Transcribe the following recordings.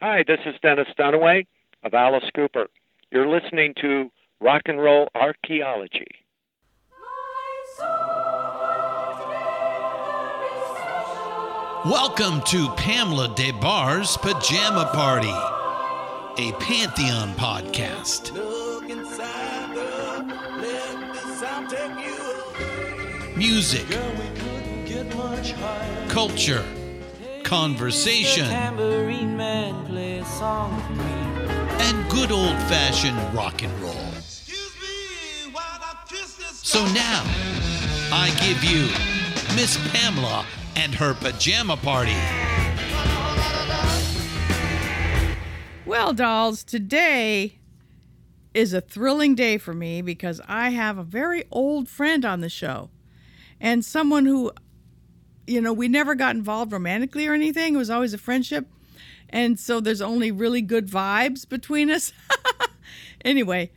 Hi, this is Dennis Dunaway of Alice Cooper. You're listening to Rock and Roll Archaeology. Welcome to Pamela DeBar's Pajama Party, a Pantheon podcast. Music, culture, conversation, Tambourine man play a song with me. and good old fashioned rock and roll. So now, I give you Miss Pamela and her Pajama Party. Well, dolls, today is a thrilling day for me because I have a very old friend on the show and someone who, you know, we never got involved romantically or anything. It was always a friendship. And so there's only really good vibes between us. anyway,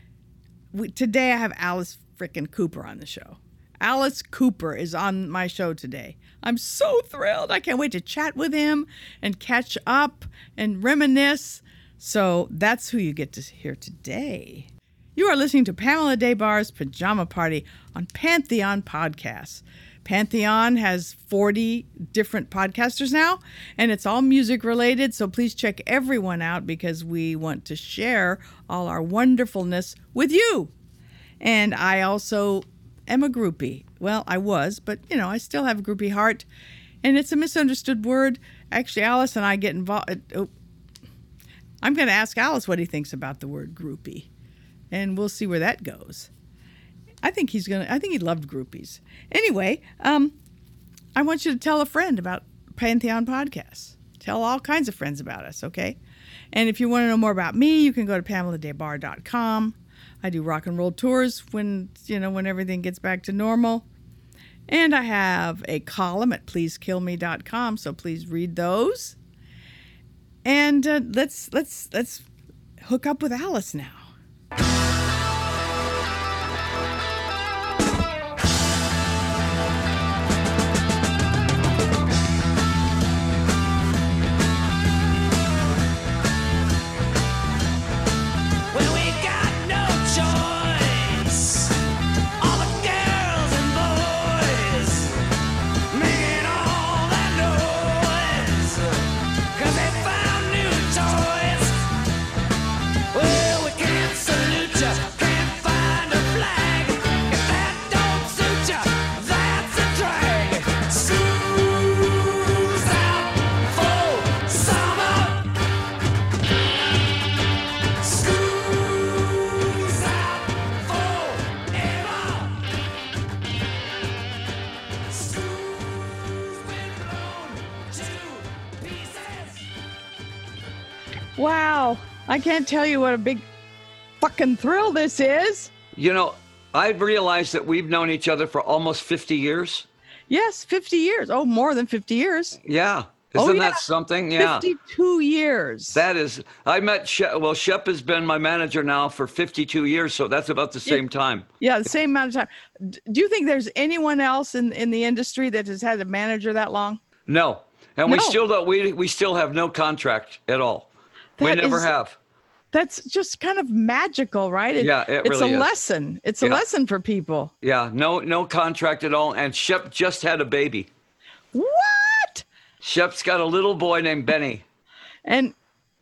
we, today I have Alice frickin' Cooper on the show. Alice Cooper is on my show today. I'm so thrilled. I can't wait to chat with him and catch up and reminisce. So that's who you get to hear today. You are listening to Pamela Daybar's Pajama Party on Pantheon Podcasts. Pantheon has 40 different podcasters now, and it's all music related. So please check everyone out because we want to share all our wonderfulness with you. And I also am a groupie. Well, I was, but you know, I still have a groupie heart. And it's a misunderstood word. Actually, Alice and I get involved. Oh, I'm going to ask Alice what he thinks about the word groupie, and we'll see where that goes. I think he's going to, I think he loved groupies. Anyway, um, I want you to tell a friend about Pantheon Podcasts. Tell all kinds of friends about us, okay? And if you want to know more about me, you can go to PamelaDebar.com. I do rock and roll tours when, you know, when everything gets back to normal. And I have a column at pleasekillme.com, so please read those. And uh, let's let's let's hook up with Alice now. Well, we got no choice. All the girls and boys making all that noise. 'Cause they found new toys. Well, we can't salute ya, can't find a flag. If that don't suit ya, that's a drag. School's out for summer. School's out forever. School's been blown to pieces. Wow, I can't tell you what a big fucking thrill this is. You know, I've realized that we've known each other for almost 50 years. Yes, 50 years. Oh, more than 50 years. Yeah. Oh, Isn't yeah. that something? Yeah. 52 years. That is, I met Shep. Well, Shep has been my manager now for 52 years, so that's about the same time. yeah, the same amount of time. D- Do you think there's anyone else in, in the industry that has had a manager that long? No. And we No. still don't, we, we still have no contract at all. we That never is- have. That's just kind of magical, right? Yeah, it it's really a is. lesson. It's a Yeah. lesson for people. Yeah. No, no contract at all. And Shep just had a baby. What? Shep's got a little boy named Benny. And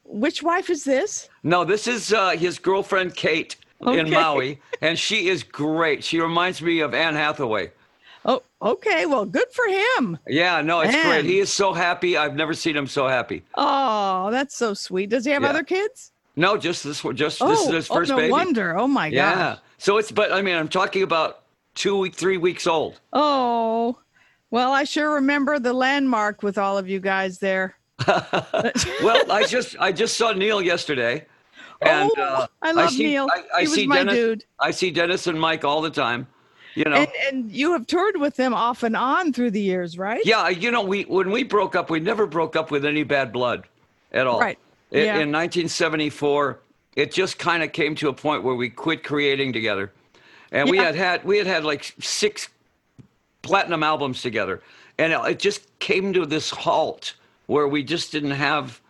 which wife is this? No, this is uh, his girlfriend, Kate, in Okay. Maui. And she is great. She reminds me of Anne Hathaway. Oh, okay. Well, good for him. Yeah, no, it's Man. great. He is so happy. I've never seen him so happy. Oh, that's so sweet. Does he have Yeah. other kids? No, just this one. Just this Oh, is his oh, first no baby. wonder. Oh my yeah. gosh. So it's but I mean I'm talking about two week three weeks old. Oh, well, I sure remember the landmark with all of you guys there. Well, I just I just saw Neil yesterday. And Oh, uh, I love see, Neil. I, I He was see my Dennis. dude. I see Dennis and Mike all the time. You know. And and you have toured with them off and on through the years, right? yeah, you know, we when we broke up, we never broke up with any bad blood at all. Right. I- Yeah. In 1974, it just kind of came to a point where we quit creating together. And we Yeah. had had we had had like six platinum albums together. And it- it just came to this halt where we just didn't have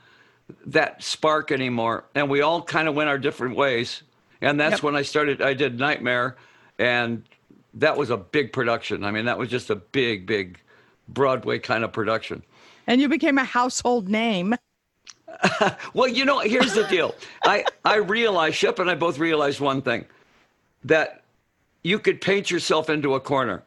that spark anymore. And we all kind of went our different ways. And that's Yep. when I started, I did Nightmare. And that was a big production. I mean, that was just a big, big Broadway kind of production. And you became a household Uh, name. Well, you know, here's the deal. I, I realized, Shep and I both realized one thing that you could paint yourself into a corner.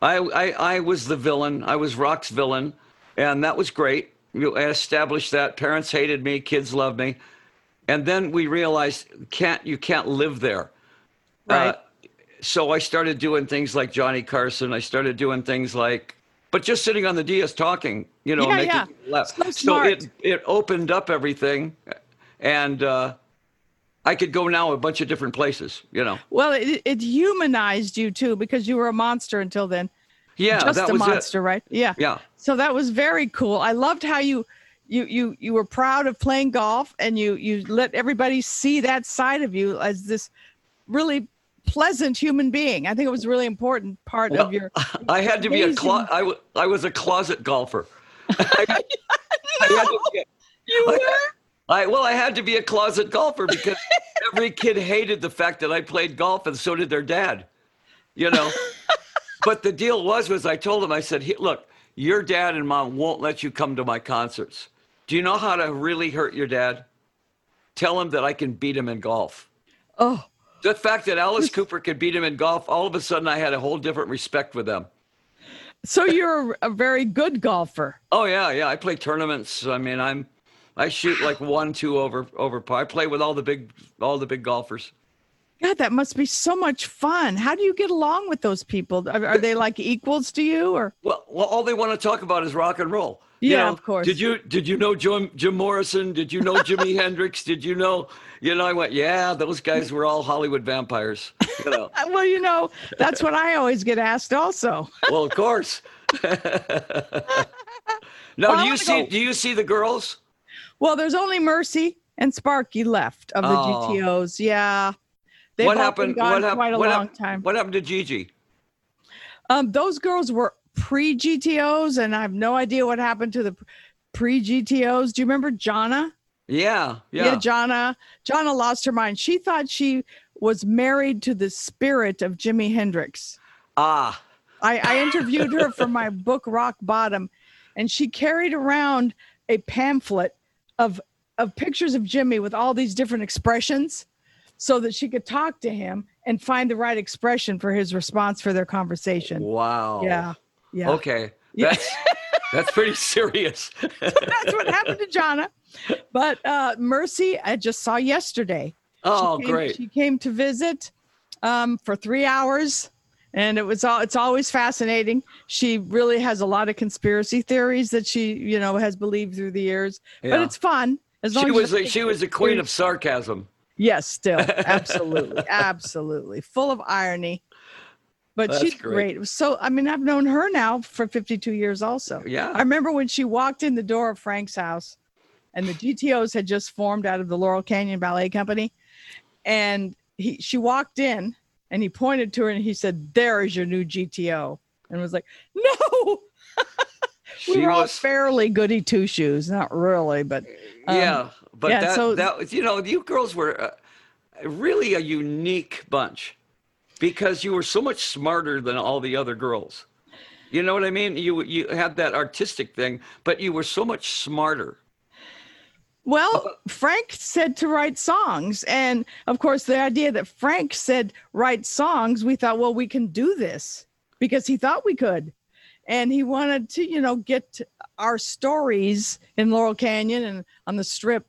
I, I, I was the villain, I was Rock's villain, and that was great. You I established that. Parents hated me, kids loved me. And then we realized can't you can't live there. Right. Uh, so I started doing things like Johnny Carson. I started doing things like, but just sitting on the dais talking, you know, Yeah, making yeah. people laugh. So it smart. it opened up everything, and uh, I could go now a bunch of different places, you know. Well, it, it humanized you too because you were a monster until then. Yeah, Just that a was monster, right? Yeah. it. Yeah, So that was very cool. I loved how you you you you were proud of playing golf and you you let everybody see that side of you as this really pleasant human being. I think it was a really important part of Well, your I had to be a clo- Amazing. I, w- I was a closet golfer. I, I had to be a- You I- were? I well, I had to be a closet golfer because every kid hated the fact that I played golf, and so did their dad. You know, but the deal was was I told him I said, "He- "Look, your dad and mom won't let you come to my concerts. Do you know how to really hurt your dad? Tell him that I can beat him in golf." Oh, The fact that Alice Cooper could beat him in golf, all of a sudden, I had a whole different respect with them. so you're a, a very good golfer. Oh yeah, yeah. I play tournaments. I mean, I'm, I shoot like one, two over over par. I play with all the big, all the big golfers. God, that must be so much fun. How do you get along with those people? Are, are they like equals to you or Well, well, all they want to talk about is rock and roll. Yeah, of course. Did you did you know Jim Jim Morrison? Did you know Jimi Hendrix? Did you know? You know, I went, yeah, those guys were all Hollywood vampires. You know, Uh, well, you know, that's what I always get asked also. well, of course. now, Well, I do you wanna see go- do you see the girls? Well, there's only Mercy and Sparky left of the Oh. GTOs. Yeah. They've what all happened? been gone what hap- quite a what hap- long time. What happened to Gigi? Um, those girls were pre GTOs, and I have no idea what happened to the pre GTOs. Do you remember Jonna? Yeah, yeah. Jonna. Jonna lost her mind. She thought she was married to the spirit of Jimi Hendrix. ah, I, I interviewed her for my book Rock Bottom, and she carried around a pamphlet of of pictures of Jimmy with all these different expressions, so that she could talk to him and find the right expression for his response for their conversation. wow. Yeah, yeah. Oh, Okay. Yeah. That's that's pretty serious. That's what happened to Jonna. But uh, Mercy, I just saw yesterday. Oh, came- great. She came to visit um, for three hours, and it was all. It's always fascinating. She really has a lot of conspiracy theories that she, you know, has believed through the years. But Yeah. it's fun as long as She you was a, think she was the queen of sarcasm. Yes, still absolutely, absolutely full of irony. But That's she's great. great. It was So I mean, I've known her now for 52 years. Also, Yeah. I remember when she walked in the door of Frank's house, and the GTOs had just formed out of the Laurel Canyon Ballet Company, and he she walked in and he pointed to her and he said, "There is your new GTO," and was like, "No." She We were all was- fairly goody two shoes, not really, but um, yeah, but yeah, that so- that was- you know you girls were uh, really a unique bunch because you were so much smarter than all the other girls. You know what I mean? You you had that artistic thing, but you were so much smarter. Well, Frank said to write songs. And of course, the idea that Frank said write songs, we thought, well, we can do this because he thought we could. And he wanted to, you know, get our stories in Laurel Canyon and on the strip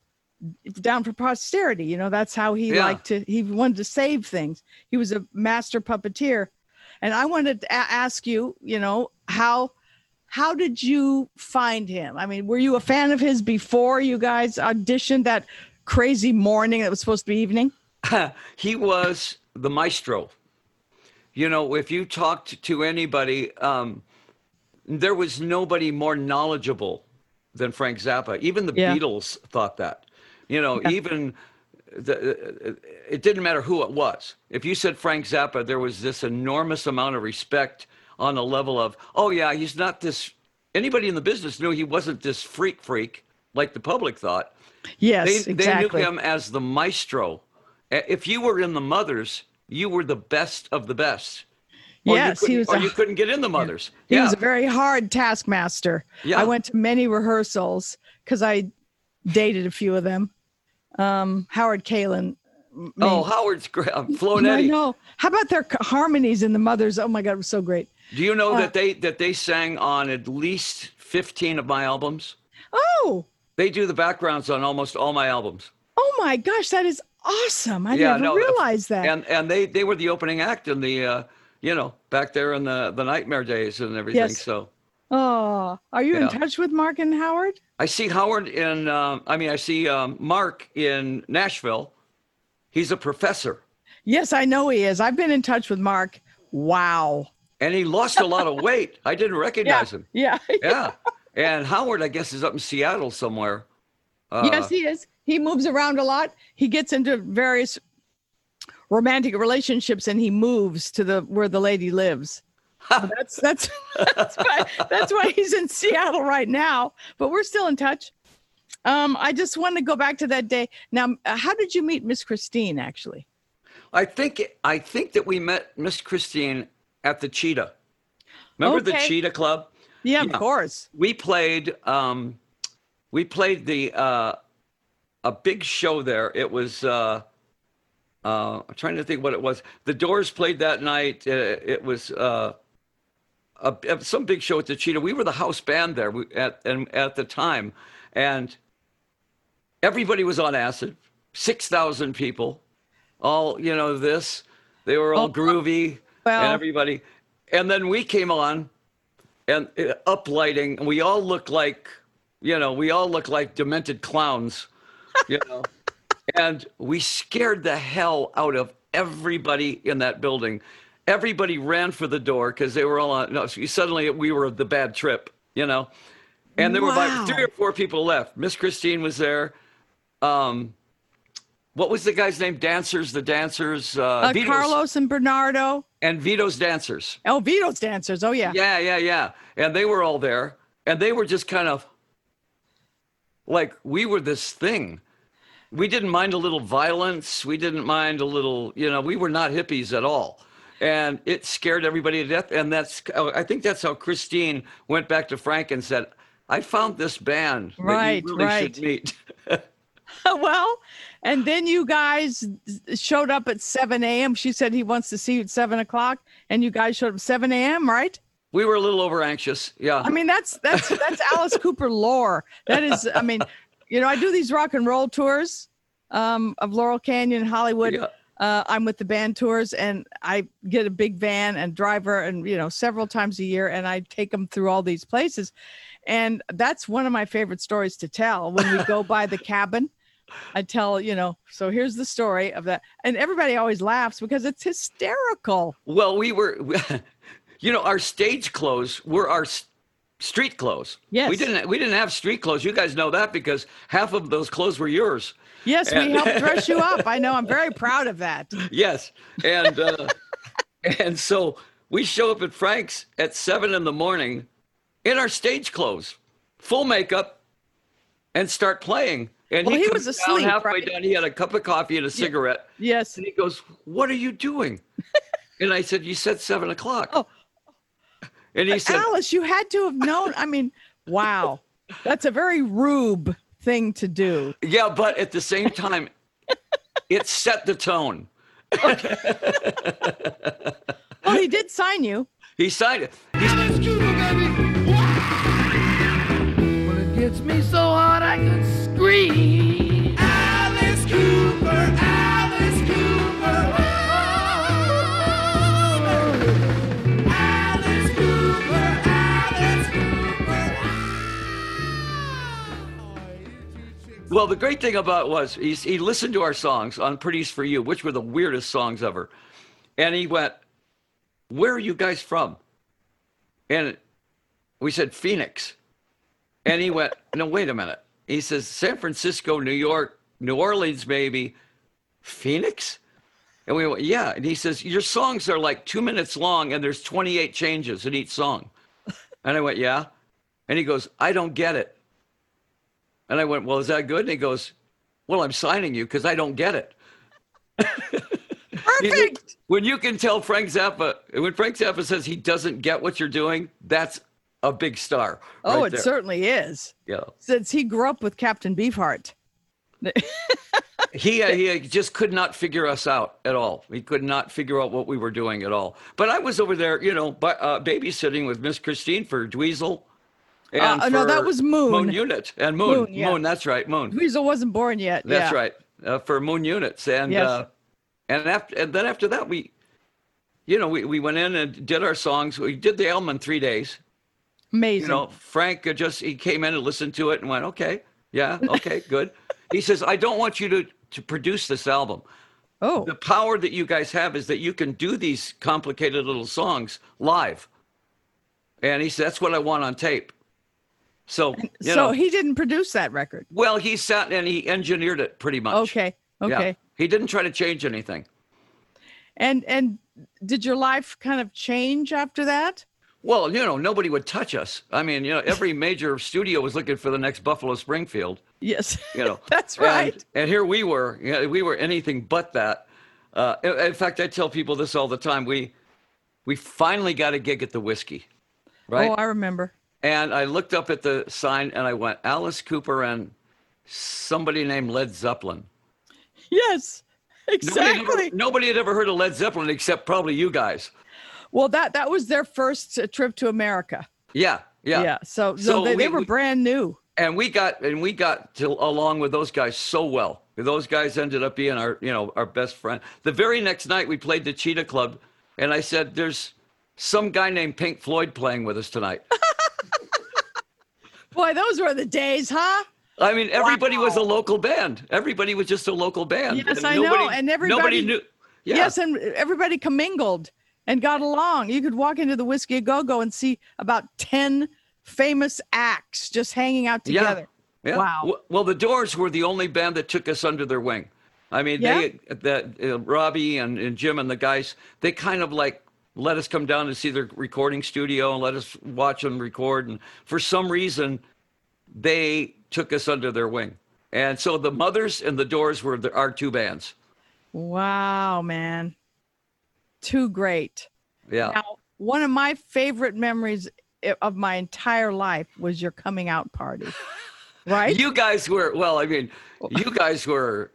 down for posterity. You know, that's how he Yeah. liked to, he wanted to save things. He was a master puppeteer. And I wanted to a- ask you, you know, how how did you find him? I mean, were you a fan of his before you guys auditioned that crazy morning that was supposed to be evening? he was the maestro. You know, if you talked to anybody, um, there was nobody more knowledgeable than Frank Zappa. Even the Yeah. Beatles thought that. You know, even the, uh, it didn't matter who it was. If you said Frank Zappa, there was this enormous amount of respect on the level of, oh yeah, he's not this. Anybody in the business knew he wasn't this freak freak. like the public thought. Yes, they, exactly. they knew him as the maestro. A- If you were in the mothers, you were the best of the best. Or Oh, you Yes, he couldn't- was Or a- you couldn't get in the mothers. He yeah. was a very hard taskmaster. Yeah. I went to many rehearsals because I dated a few of them. Um, Howard Kalin. oh, Howard's great. I Flonetti. know. How about their c- harmonies in the mothers? Oh my God, it was so great. Do you Uh, know that they that they sang on at least fifteen of my albums? Oh, They do the backgrounds on almost all my albums. oh my gosh, that is awesome. I never realized that. And and they they were the opening act in the uh, you know back there in the the nightmare days and everything. Yes. So oh, are you in Yeah. touch with Mark and Howard? I see Howard in um, I mean I see um, Mark in Nashville. He's a professor Yes, I know he is. I've been in touch with Mark. Wow. and he lost a lot of weight. I didn't recognize him. Yeah. Yeah. And Howard I guess is up in Seattle somewhere. Uh, yes, he is. He moves around a lot. He gets into various romantic relationships and he moves to the where the lady lives. So that's that's that's why that's why he's in Seattle right now. But we're still in touch. Um, I just want to go back to that day. Now, uh, how did you meet Miss Christine? Actually, I think I think that we met Miss Christine at the Cheetah. Remember the Okay. Cheetah Club? yeah, Yeah. of course. We played um, we played the uh, a big show there. It was uh, uh, I'm trying to think what it was. The Doors played that night. Uh, it was uh, a, a- some big show at the Cheetah. We were the house band there we, at and at the time, and everybody was on acid. Six thousand people, all you know this. They were all groovy well- and everybody, and then we came on, and uh, up lighting, and we all looked like, you know, we all looked like demented clowns, you know. And we scared the hell out of everybody in that building. Everybody ran for the door because they were all on. No, suddenly we were the bad trip, you know. And there were Wow. about three or four people left. Miss Christine was there. Um, what was the guy's name? Dancers, the dancers, uh, Uh, Vito's- Carlos and Bernardo. and Vito's dancers. Oh, Vito's dancers. Oh yeah. Yeah, yeah, yeah. And they were all there, and they were just kind of like we were this thing. We didn't mind a little violence. We didn't mind a little, you know, we were not hippies at all. And it scared everybody to death. And that's, oh, I think that's how Christine went back to Frank and said, I found this band. Right, that you really right. Should meet. well, and then you guys showed up at 7 a.m. She said he wants to see you at 7 o'clock, and you guys showed up 7 a.m., right? we were a little over anxious. Yeah. I mean, that's that's that's Alice Cooper lore. That is, I mean, you know, I do these rock and roll tours um, of Laurel Canyon, Hollywood. Yeah. Uh, I'm with the band tours, and I get a big van and driver, and you know, several times a year, and I take them through all these places. And that's one of my favorite stories to tell when we go by the cabin. I tell, you know, so here's the story of that. And everybody always laughs because it's hysterical. well, we were, you know, our stage clothes were our s- street clothes. We Yes. didn't we didn't have street clothes. You guys know that because half of those clothes were yours. Yes, we And- helped dress you up. I know. I'm very proud of that. Yes. And uh, and so we show up at Frank's at seven in the morning in our stage clothes, full makeup, and start playing. And Well, he comes was down asleep, halfway right? down. He had a cup of coffee and a cigarette. Yes. And he goes, What are you doing? and I said, You said seven o'clock. Oh. And he said, Alice, you had to have known. I mean, wow. That's a very rube thing to do. Yeah, but at the same time, it set the tone. Well, he did sign you. He signed it. Alice Cooper, Alice Cooper, oh. Alice Cooper, Alice Cooper. Well, the great thing about it was he, he listened to our songs on Pretty's for You, which were the weirdest songs ever. And he went, Where are you guys from? And we said, Phoenix. And he went, No, wait a minute. He says, San Francisco, New York, New Orleans, maybe. Phoenix? And we went, Yeah. And he says, Your songs are like two minutes long and there's 28 changes in each song. And I went, Yeah. And he goes, I don't get it. And I went, Well, is that good? And he goes, Well, I'm signing you because I don't get it. You- you- Perfect. When you can tell Frank Zappa, when Frank Zappa says he doesn't get what you're doing, that's a big star. Oh, right it there. certainly is. Yeah. Since he grew up with Captain Beefheart. He, uh, he uh, just could not figure us out at all. He could not figure out what we were doing at all. But I was over there, you know, by, uh, babysitting with Miss Christine for Dweezil. And uh, no, that for was Moon. Unit and Moon. Moon, yeah. Moon, that's right. Moon. Weasel wasn't born yet. That's yeah. right. Uh, for Moon Units, and Yes. uh, and after and then after that we, you know, we, we went in and did our songs. We did the album in three days. Amazing. You know, Frank uh, just he came in and listened to it and went, okay, yeah, okay, good. He says, I don't want you to to produce this album. oh, The power that you guys have is that you can do these complicated little songs live. And he said, that's what I want on tape. So you so know, he didn't produce that record. well, he sat and he engineered it pretty much. Okay. Yeah. Okay. He didn't try to change anything. And and did your life kind of change after that? Well, you know, nobody would touch us. I mean, you know, every major studio was looking for the next Buffalo Springfield, Yes. you know. That's And- right. And, here we were. You know, we were anything but that. Uh, in, in fact, I tell people this all the time. We we finally got a gig at the Whiskey, right? Oh, I remember. and I looked up at the sign and I went, Alice Cooper and somebody named Led Zeppelin. Yes. Nobody had ever- Exactly. nobody had ever heard of Led Zeppelin except probably you guys. Well, that that was their first uh, trip to America. Yeah, yeah. Yeah. So, so, So they, they we- were we- brand new. and we got and we got to along with those guys so well. Those guys ended up being our you know our best friend. The very next night we played the Cheetah Club, and I said, "There's some guy named Pink Floyd playing with us tonight." Boy, those were the days, huh? I mean, everybody was a local band. Everybody was just a local band. Yes, and I know, and everybody- nobody knew. Yeah. Yes, and everybody commingled and got along. You could walk into the Whiskey a Go Go and see about 10 famous acts just hanging out Yeah. together. Yeah. Wow. W- Well, the Doors were the only band that took us under their wing. I mean, Yeah. they that uh, Robbie and, and Jim and the guys, they kind of like let us come down and see their recording studio and let us watch them record. And for some reason, they took us under their wing. And so the Mothers and the Doors were the, our two bands. Wow, man. Too great. Yeah. Now, one of my favorite memories i- of my entire life was your coming out party. Right? You guys were well. I mean, you guys were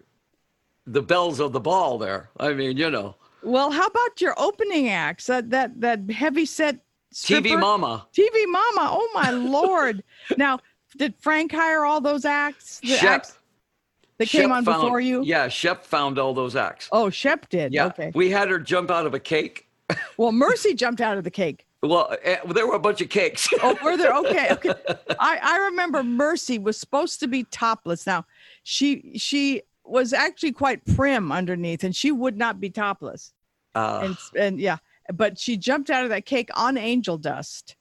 the bells of the ball there. I mean, you know, well, how about your opening acts? That that that heavy set stripper? TV Mama. TV Mama. Oh my lord! Now, did Frank hire all those acts? The Shep. acts that came Shep on found- before you. Yeah, Shep found all those acts. Oh, Shep did. yeah, Okay. we had her jump out of a cake. Well, Mercy jumped out of the cake. Well, eh, there were a bunch of cakes. Oh, were there? Okay. Okay. I I remember Mercy was supposed to be topless. Now, she she was actually quite prim underneath, and she would not be topless. Uh, And and yeah, but she jumped out of that cake on angel dust.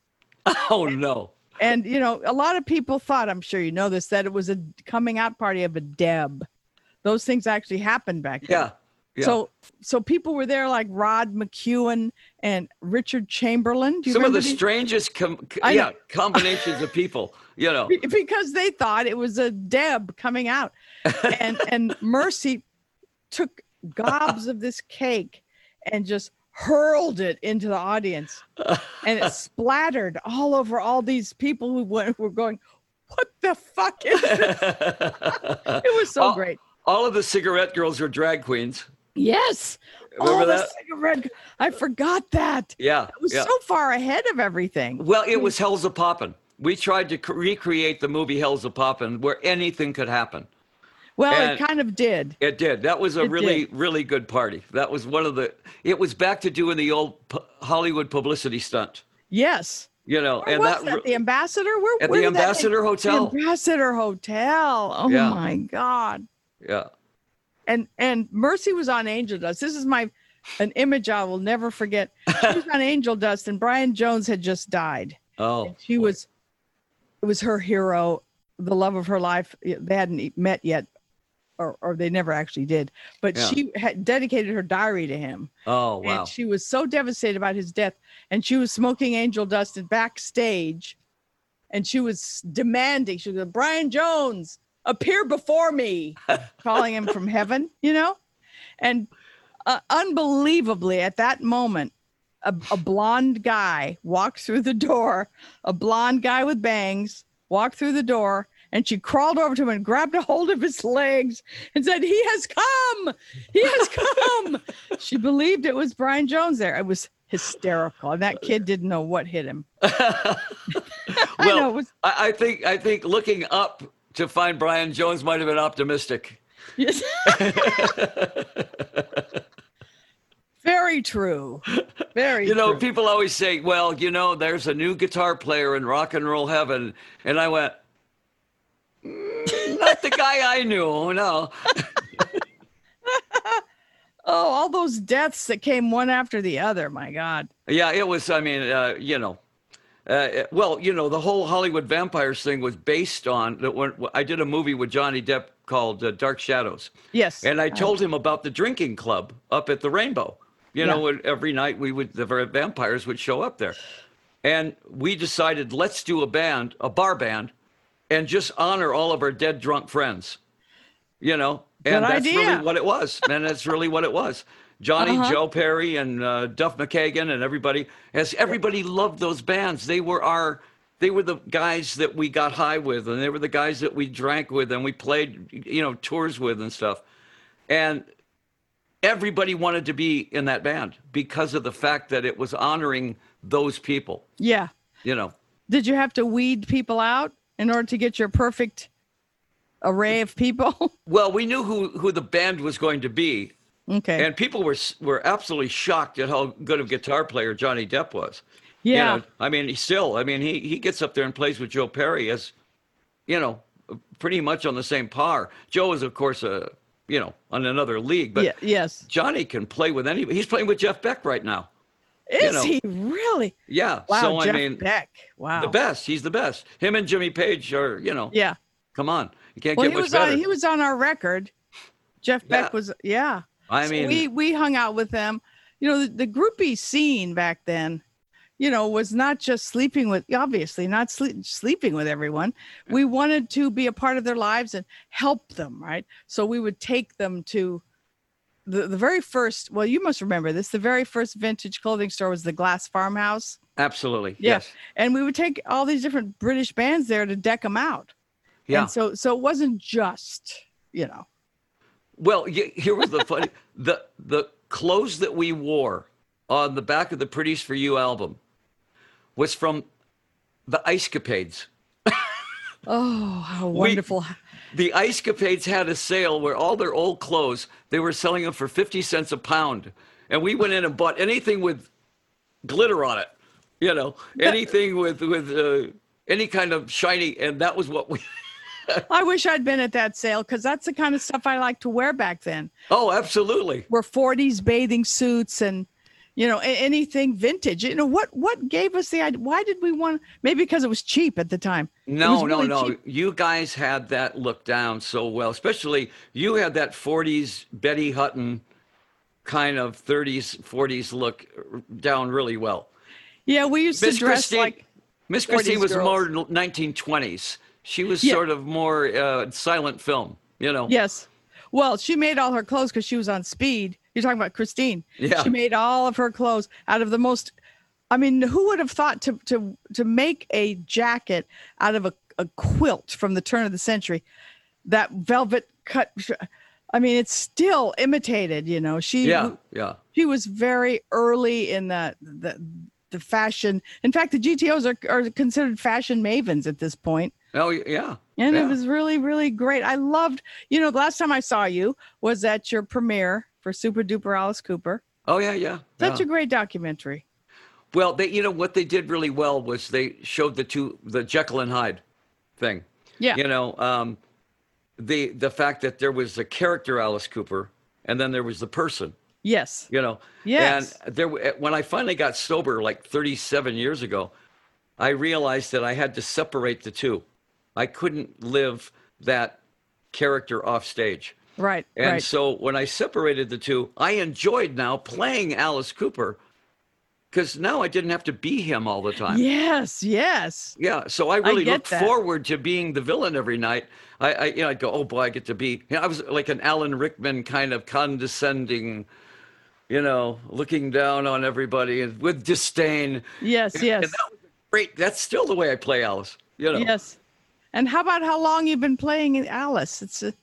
oh no! And you know, a lot of people thought, I'm sure you know this, that it was a coming out party of a Deb. Those things actually happened back then. Yeah, yeah. So so people were there like Rod McEwen and Richard Chamberlain. Do you some of remember the these? strangest com- c- I yeah know. combinations of people. You know, Be- because they thought it was a Deb coming out. And and Mercy took gobs of this cake and just hurled it into the audience. And it splattered all over all these people who went, were going, What the fuck is this? It was so All- great. all of the cigarette girls were drag queens. Yes. Remember all that? The cigarette. I forgot that. Yeah, It was yeah. so far ahead of everything. Well, it was Hell's a Poppin'. We tried to c- recreate the movie Hell's a Poppin', where anything could happen. Well, it And- kind of did. It did. That was a It really, really good party. That was one of the. It was back to doing the old pu- Hollywood publicity stunt. Yes. You know, Where and was that, that. re- the ambassador? Where, at where the did that take- Ambassador Hotel. The ambassador Hotel. Oh Yeah. my God. yeah. And and Mercy was on Angel Dust. This is my an image I will never forget. She was on Angel Dust, and Brian Jones had just died. Oh. she was it was her hero the love of her life Y- they hadn't e- met yet or, or they never actually did but Yeah. she had dedicated her diary to him Oh wow. and she was so devastated about his death and she was smoking angel dust and backstage and she was demanding she was like, brian jones appear before me, calling him from heaven, you know? And uh, unbelievably, at that moment, a, a blonde guy walked through the door, a blonde guy with bangs walked through the door, and she crawled over to him and grabbed a hold of his legs and said, He has come! He has come! she believed it was Brian Jones there. It was hysterical. And that kid didn't know what hit him. I Well, know it was I, I think I think looking up to find Brian Jones might have been optimistic. Yes. Very true. Very You know, true. people always say, "Well, you know, there's a new guitar player in rock and roll heaven," and I went, "Mm, "Not the guy I knew." No, oh, all those deaths that came one after the other. My God. yeah, it was. I mean, uh, you know, uh, it- well, you know, the whole Hollywood vampires thing was based on that. When I did a movie with Johnny Depp called uh, Dark Shadows, Yes. Uh-huh. And I told him about the drinking club up at the Rainbow. You Yeah. know, and every night we would the ver- vampires would show up there, and we decided let's do a band, a bar band, and just honor all of our dead drunk friends. You know, Good and that's idea. Uh-huh. really what it was, and that's really what it was. Johnny, Joe Perry, and uh, Duff McKagan, and everybody. As everybody loved those bands, they were our, they were the guys that we got high with, and they were the guys that we drank with, and we played, you know, tours with and stuff and everybody wanted to be in that band because of the fact that it was honoring those people yeah. you know Did you have to weed people out in order to get your perfect array of people? well we knew who who the band was going to be okay. and people were s- were absolutely shocked at how good of guitar player johnny depp was You yeah. know, i mean he still i mean he he gets up there and plays with joe perry as you know pretty much on the same par joe is of course a you know on another league but Ye- yes. johnny can play with anybody he's playing with jeff beck right now Is know. he really? yeah Wow. so Jeff i mean Beck. Wow. the best. He's the best. Him and Jimmy Page are, you know, Yeah. come on. You can't Well, get he much was better. on. He was on our record. Jeff Beck Yeah. was. Yeah. I So mean, we we hung out with them. You know, the, the groupie scene back then, you know, was not just sleeping with obviously not sleep, sleeping with everyone. We wanted to be a part of their lives and help them, right? So we would take them to the, the very first. Well, you must remember this. The very first vintage clothing store was the Glass Farmhouse. absolutely. Yeah. Yes. And we would take all these different British bands there to deck them out. Yeah. And so so it wasn't just you know. well, y- here was the funny the the clothes that we wore on the back of the Pretties for You album was from the Ice Capades. Oh, how wonderful! The Ice Capades had a sale where all their old clothes they were selling them for fifty cents a pound, and we went in and bought anything with glitter on it, you know, anything with with uh, any kind of shiny, and that was what we. I wish I'd been at that sale because that's the kind of stuff I like to wear back then. Oh, absolutely. Were 40s bathing suits and you know a- anything vintage. You know what what gave us the idea? Why did we want? Maybe because it was cheap at the time. It No, was no, really no. cheap. You guys had that look down so well, especially you had that 40s Betty Hutton kind of 30s, 40s look r- down really well. Yeah, we used to dress like Miss Christine 40s was girls. more 1920s. She was Yeah. sort of more uh, silent film, you know. yes. Well, she made all her clothes because she was on speed. You're talking about Christine. Yeah. She made all of her clothes out of the most. I mean, who would have thought to to to make a jacket out of a, a quilt from the turn of the century? That velvet cut. I mean, it's still imitated. You know, she Yeah, yeah. she was very early in the the the fashion. In fact, the GTOs are are considered fashion mavens at this point. Oh, y- yeah. And yeah. it was really, really great. I loved, you know, the last time I saw you was at your premiere for Super Duper Alice Cooper. Oh, yeah, yeah. Such a yeah. great documentary. Well, they, you know what they did really well was they showed the two the Jekyll and Hyde thing. Yeah. You know, um, the the fact that there was the character Alice Cooper, and then there was the person. Yes. You know. Yes. And there, w- eh, when I finally got sober, like 37 years ago, I realized that I had to separate the two. I couldn't live that character off stage. Right. And right. so when I separated the two, I enjoyed now playing Alice Cooper, because now I didn't have to be him all the time. Yes, yes. Yeah, so I really get looked that. forward to being the villain every night. I, I you know, I'd go, oh boy, I get to be. You know, I was like an Alan Rickman kind of condescending, you know, looking down on everybody and with disdain. Yes, And yes. that was great. That's still the way I play Alice. You know. Yes. And how about how long you've been playing in Alice? It's a,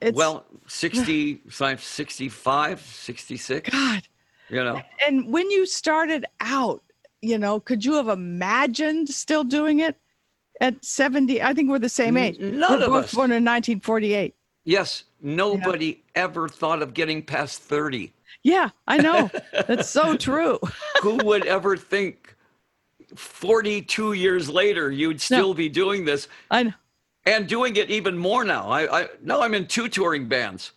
it's Well, 60, si- 65, 66, God. you know. And when you started out, you know, could you have imagined still doing it at 70? I think we're the same age. none we're of both us. born in 1948. Yes, nobody ever thought of getting past 30. Yeah, I know. That's so true. Who would ever think 42 years later you'd still be doing this? I know. and doing it even more now. I, I now I'm in two touring bands,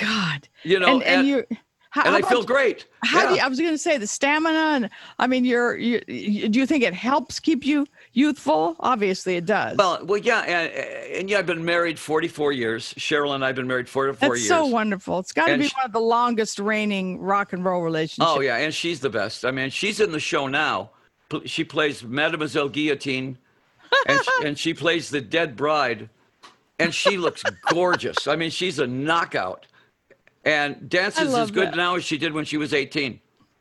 God. you know, and, and, and you how, and how I about- feel great. How do you, Yeah. I was going to say the stamina and I mean you're you, you do you think it helps keep you youthful? Obviously it does. well, well, yeah, and, and yeah, I've been married 44 years. Cheryl and I've been married 44 That's years. so wonderful. It's got to And be sh- one of the longest reigning rock and roll relationships. oh yeah, and she's the best. I mean, she's in the show now. Pl- She plays Mademoiselle Guillotine, and she, and she plays the dead bride, and she looks gorgeous. I mean, she's a knockout, and dances as love good that. now as she did when she was 18.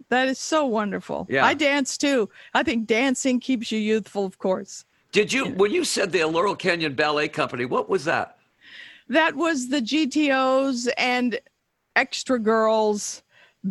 That is so wonderful. Yeah. I dance too. I think dancing keeps you youthful, of course. Did you when you said the Laurel Canyon Ballet Company? What was that? That was the GTOs and extra girls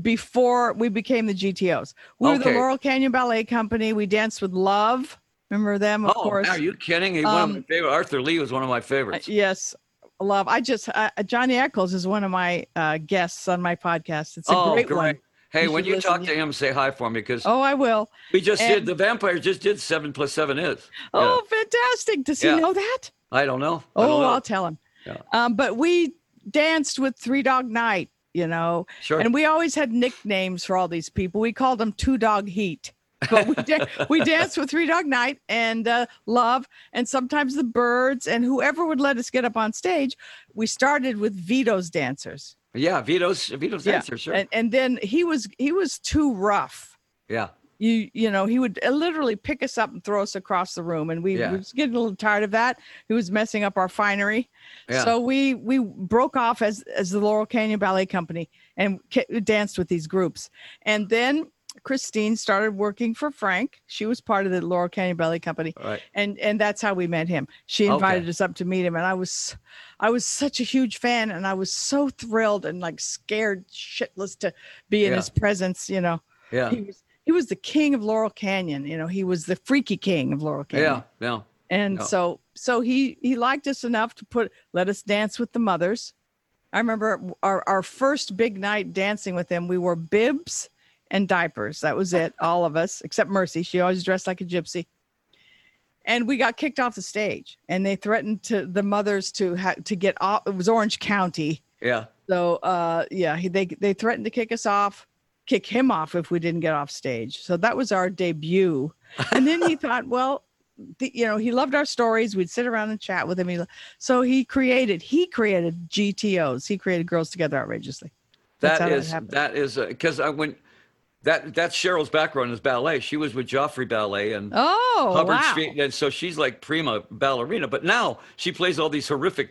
before we became the GTOs. We were Okay. the Laurel Canyon Ballet Company. We danced with Love. Remember them, of oh, course. are you kidding? He, one of my Um, favorite. Arthur Lee was one of my Uh, favorites. Yes, love. I just uh, Johnny Eccles is one of my uh, guests on my podcast. It's a oh, great, one. Hey, You when should you listen, talk to yeah. him, say hi for me because Oh, I will. we just did and- the vampires just did seven plus seven is. Yeah. Oh, fantastic! Does Yeah. he know that? I don't know. I don't Oh, know. I'll tell him. Yeah. Um, but we danced with Three Dog Night, you know, sure. and we always had nicknames for all these people. We called them Two Dog Heat. But we, da- we danced with Three Dog Night and uh, Love, and sometimes the Birds, and whoever would let us get up on stage. We started with Vito's dancers. yeah, Vito's Vito's Yeah, answer. Sure. and, and then he was he was too rough. yeah. you you know he would uh, literally pick us up and throw us across the room and we, Yeah. we was getting a little tired of that he was messing up our finery Yeah. so we we broke off as as the laurel canyon ballet company and ca- danced with these groups and then christine started working for frank she was part of the laurel canyon ballet company All right. and and that's how we met him she Oh. Okay. invited us up to meet him and i was i was such a huge fan and i was so thrilled and like scared shitless to be in Yeah. his presence you know Yeah. he was he was the king of Laurel Canyon. You know, he was the freaky king of Laurel Canyon. Yeah. Yeah. And yeah. so so he he liked us enough to put let us dance with the mothers. I remember our our first big night dancing with him. We wore bibs and diapers. That was it, all of us except Mercy. She always dressed like a gypsy. And we got kicked off the stage, and they threatened to the mothers to ha- to get off. It was Orange County, Yeah. so uh, yeah, he, they they threatened to kick us off, kick him off if we didn't get off stage. So that was our debut. And then he thought, well, the, you know, he loved our stories. We'd sit around and chat with him. He, lo- so he created he created GTOs. He created Girls Together Outrageously. That's That how that is happened. that is because I went that that's Cheryl's background is ballet. She was with Joffrey Ballet and Oh Hubbard wow! Street, and so she's like prima ballerina. But now she plays all these horrific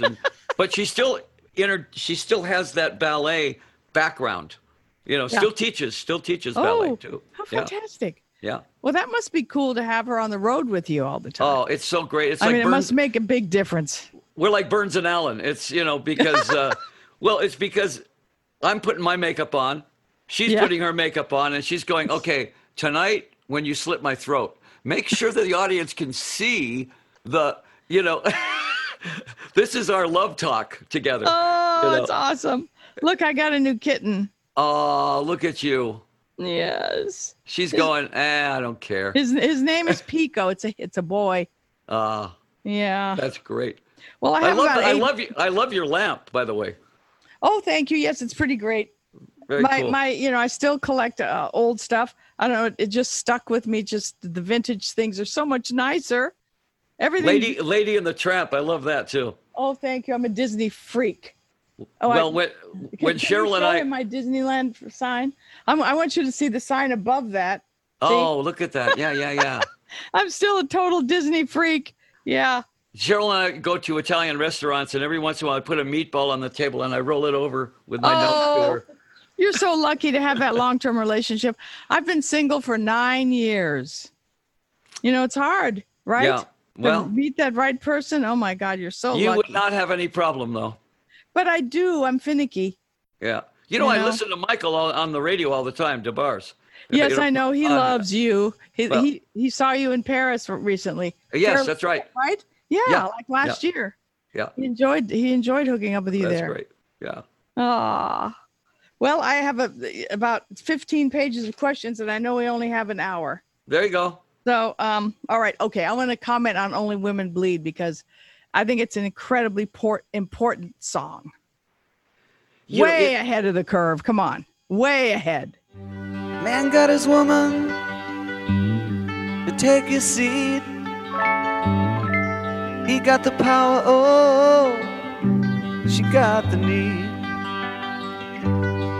and but she still inter- she still has that ballet background. You know, still teaches, still teaches ballet oh, too. how Yeah, fantastic! yeah. Well, that must be cool to have her on the road with you all the time. Oh, it's so great. It's I like mean, it Burns, must make a big difference. we're like Burns and Allen. It's you know because uh, well, it's because I'm putting my makeup on, she's Yeah. putting her makeup on, and she's going, okay, tonight when you slit my throat, make sure that the audience can see the you know. This is our love talk together. Oh, You know. that's awesome! Look, I got a new kitten. Oh, look at you. Yes. She's going, eh, I don't care. His his name is Pico. It's a it's a boy. Ah, Yeah. that's great. Well, I I have love, about I eight- love you. I love your lamp, by the way. Oh, thank you. Yes, it's pretty great. Very My cool. my you know I still collect uh, old stuff. I don't know. It just stuck with me. Just the vintage things are so much nicer. Everything. Lady, Lady in the Tramp. I love that too. Oh, thank you. I'm a Disney freak. Oh, I- well, when, Can- can you when Cheryl and show I, him my Disneyland f- sign. I'm, I want you to see the sign above that. oh, look at that. Yeah, yeah, yeah. I'm still a total Disney freak. Yeah. Cheryl and I go to Italian restaurants, and every once in a while I put a meatball on the table and I roll it over with my Oh. nose. scooter. You're so lucky to have that long term relationship. I've been single for nine years. You know, it's hard, right? Yeah. To Well, meet that right person. Oh my God, you're so you would lucky. not have any problem though. but I do. I'm finicky. Yeah. You know, You I know? listen to Michael all, on the radio all the time, DeBars. Yes, I know. He uh, loves you. He, well- he he saw you in Paris re- recently. Yes, Fair- that's right. right. Yeah, Yeah, like last year. yeah. He enjoyed he enjoyed hooking up with you That's there. great. Yeah. Ah. Well, I have a, about 15 pages of questions, and I know we only have an hour. There you go. So, um, all right, okay. I want to comment on "Only Women Bleed" because I think it's an incredibly port- important song. You know, Way it- ahead of the curve. Come on, way ahead. Man got his woman to take his seat. He got the power, oh, she got the need.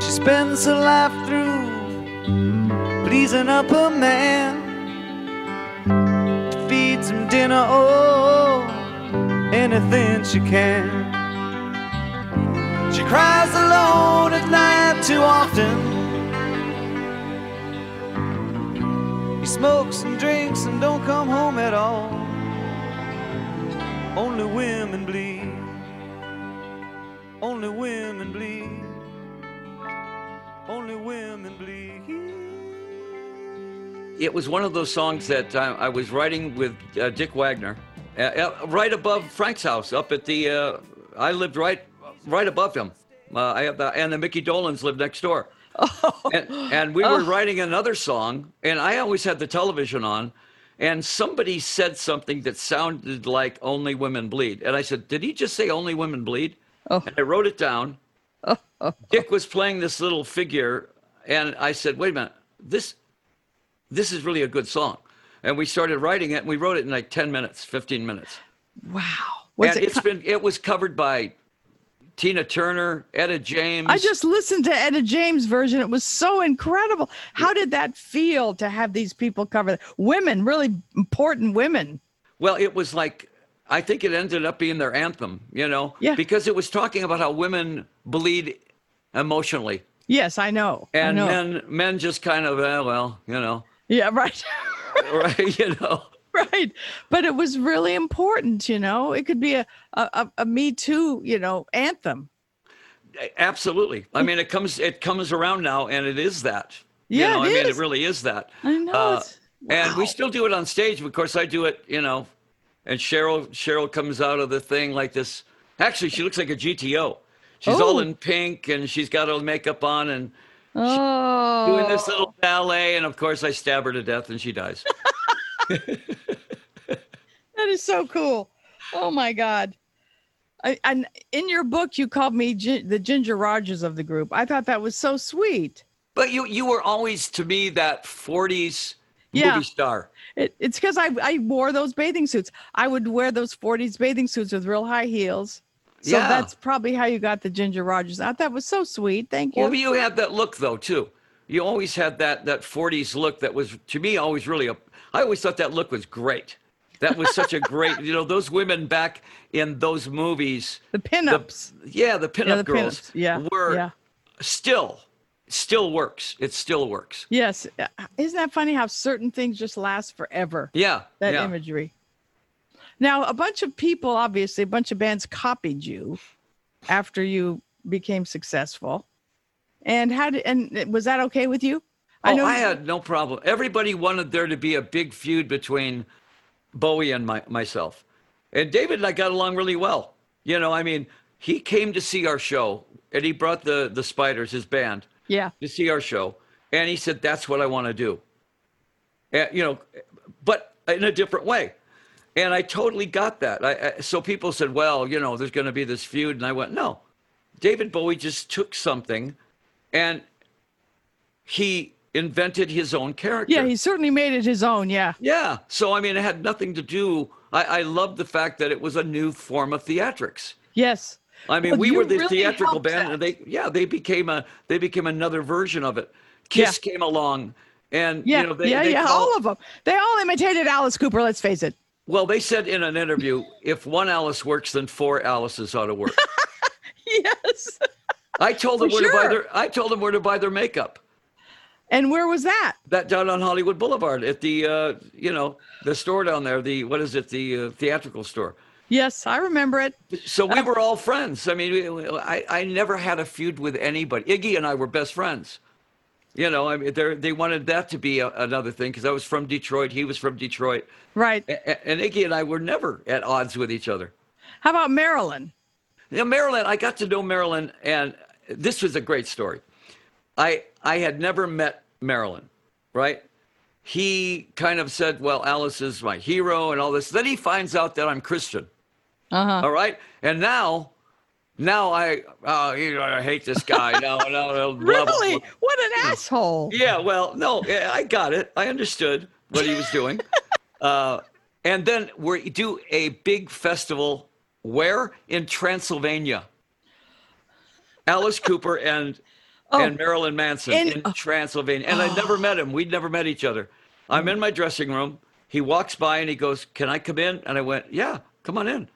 She spends her life through pleasing up her man. She feeds him dinner, oh, anything she can. She cries alone at night too often. He smokes and drinks and don't come home at all. Only women bleed. Only women bleed. Only women bleed. it was one of those songs that I, I was writing with uh, Dick Wagner, uh, uh, right above Frank's house, up at the. Uh, I lived right, right above him. Uh, I have the, and the Mickey Dolans lived next door. and, and we were writing another song, and I always had the television on, and somebody said something that sounded like "Only Women Bleed," and I said, "Did he just say Only Women Bleed?" Oh. And I wrote it down. Dick was playing this little figure, and I said, "Wait a minute, this this is really a good song. And we started writing it and we wrote it in like 10 minutes, 15 minutes. Wow. Was and it? it's been it was covered by Tina Turner, Etta James. I just listened to Etta James' version. It was so incredible. How did that feel to have these people cover that? Women, really important women. well, it was like I think it ended up being their anthem, you know, Yeah. because it was talking about how women bleed emotionally Yes, I know. and I know. men men just kind of eh, well, you know, yeah, right. right, you know. right but it was really important you know it could be a a, a- a me too you know anthem Absolutely. I mean, it comes it comes around now and it is that. Yeah, you know, it I mean, is. it really is that. i know Uh, it's, And we still do it on stage. Of course, I do it, you know, and Cheryl Cheryl comes out of the thing like this. Actually, she looks like a GTO. She's all Oh. in pink and she's got her makeup on and oh doing this little ballet. And of course, I stab her to death and she dies. that is so cool oh my god I, and in your book you called me Gin the ginger rogers of the group i thought that was so sweet but you you were always to me that 40s Yeah. movie star. it, it's because I, I wore those bathing suits i would wear those 40s bathing suits with real high heels so Yeah. that's probably how you got the ginger rogers out that was so sweet thank you Well, you had that look though too. You always had that that 40s look that was to me always really a. I always thought that look was great. That was such a great, you know, those women back in those movies. the pinups Yeah, the pinup yeah, the girls pinups. Yeah, were yeah. still still works. It still works. Yes. Uh, Isn't that funny how certain things just last forever? Yeah. That yeah. imagery. Now, a bunch of people, obviously, a bunch of bands copied you after you became successful. And how did, and it- was that okay with you? Oh, I, know you- had no problem. Everybody wanted there to be a big feud between Bowie and my, myself. And David and I got along really well. You know, I mean, he came to see our show and he brought the the Spiders, his band, Yeah. to see our show. And he said, That's what I want to do. And, you know, but in a different way. And I totally got that. I, I, so people said, Well, you know, there's going to be this feud. And I went, No. David Bowie just took something and he invented his own character. Yeah. He certainly made it his own. Yeah. Yeah. So, I mean, it had nothing to do. I, I loved the fact that it was a new form of theatrics. Yes. I mean, Well, we you were the really theatrical helped band, and they yeah, they became a they became another version of it. Kiss came along, and Yeah, you know they, yeah, they yeah. call- all of them. They all imitated Alice Cooper. Let's face it. Well, they said in an interview, if one Alice works, then four Alices ought to work. Yes. I told them For where to buy sure. their I told them where to buy their makeup. And where was that? That down on Hollywood Boulevard at the uh, you know the store down there, the what is it, the uh, theatrical store. Yes, I remember it. So we were all friends. I mean, we- we- I, I never had a feud with anybody. Iggy and I were best friends. You know, I mean, they they wanted that to be a, another thing because I was from Detroit, he was from Detroit, Right. A- a- and Iggy and I were never at odds with each other. How about Marilyn? Now, Marilyn, I got to know Marilyn, and this was a great story. I I had never met Marilyn, right? He kind of said, "Well, Alice is my hero," and all this. Then he finds out that I'm Christian. Uh-huh. right, and now, now I, uh, you know, I hate this guy. No, no, no, blah, blah, blah. Really? What an asshole. Yeah, well, no, yeah, I got it. I understood what he was doing. uh, and then we do a big festival where in Transylvania. Alice Cooper and and Marilyn Manson in, Oh. In- Oh. Transylvania. And I never met him. We'd never met each other. I'm in my dressing room. He walks by and he goes, "Can I come in?" And I went, "Yeah, come on in."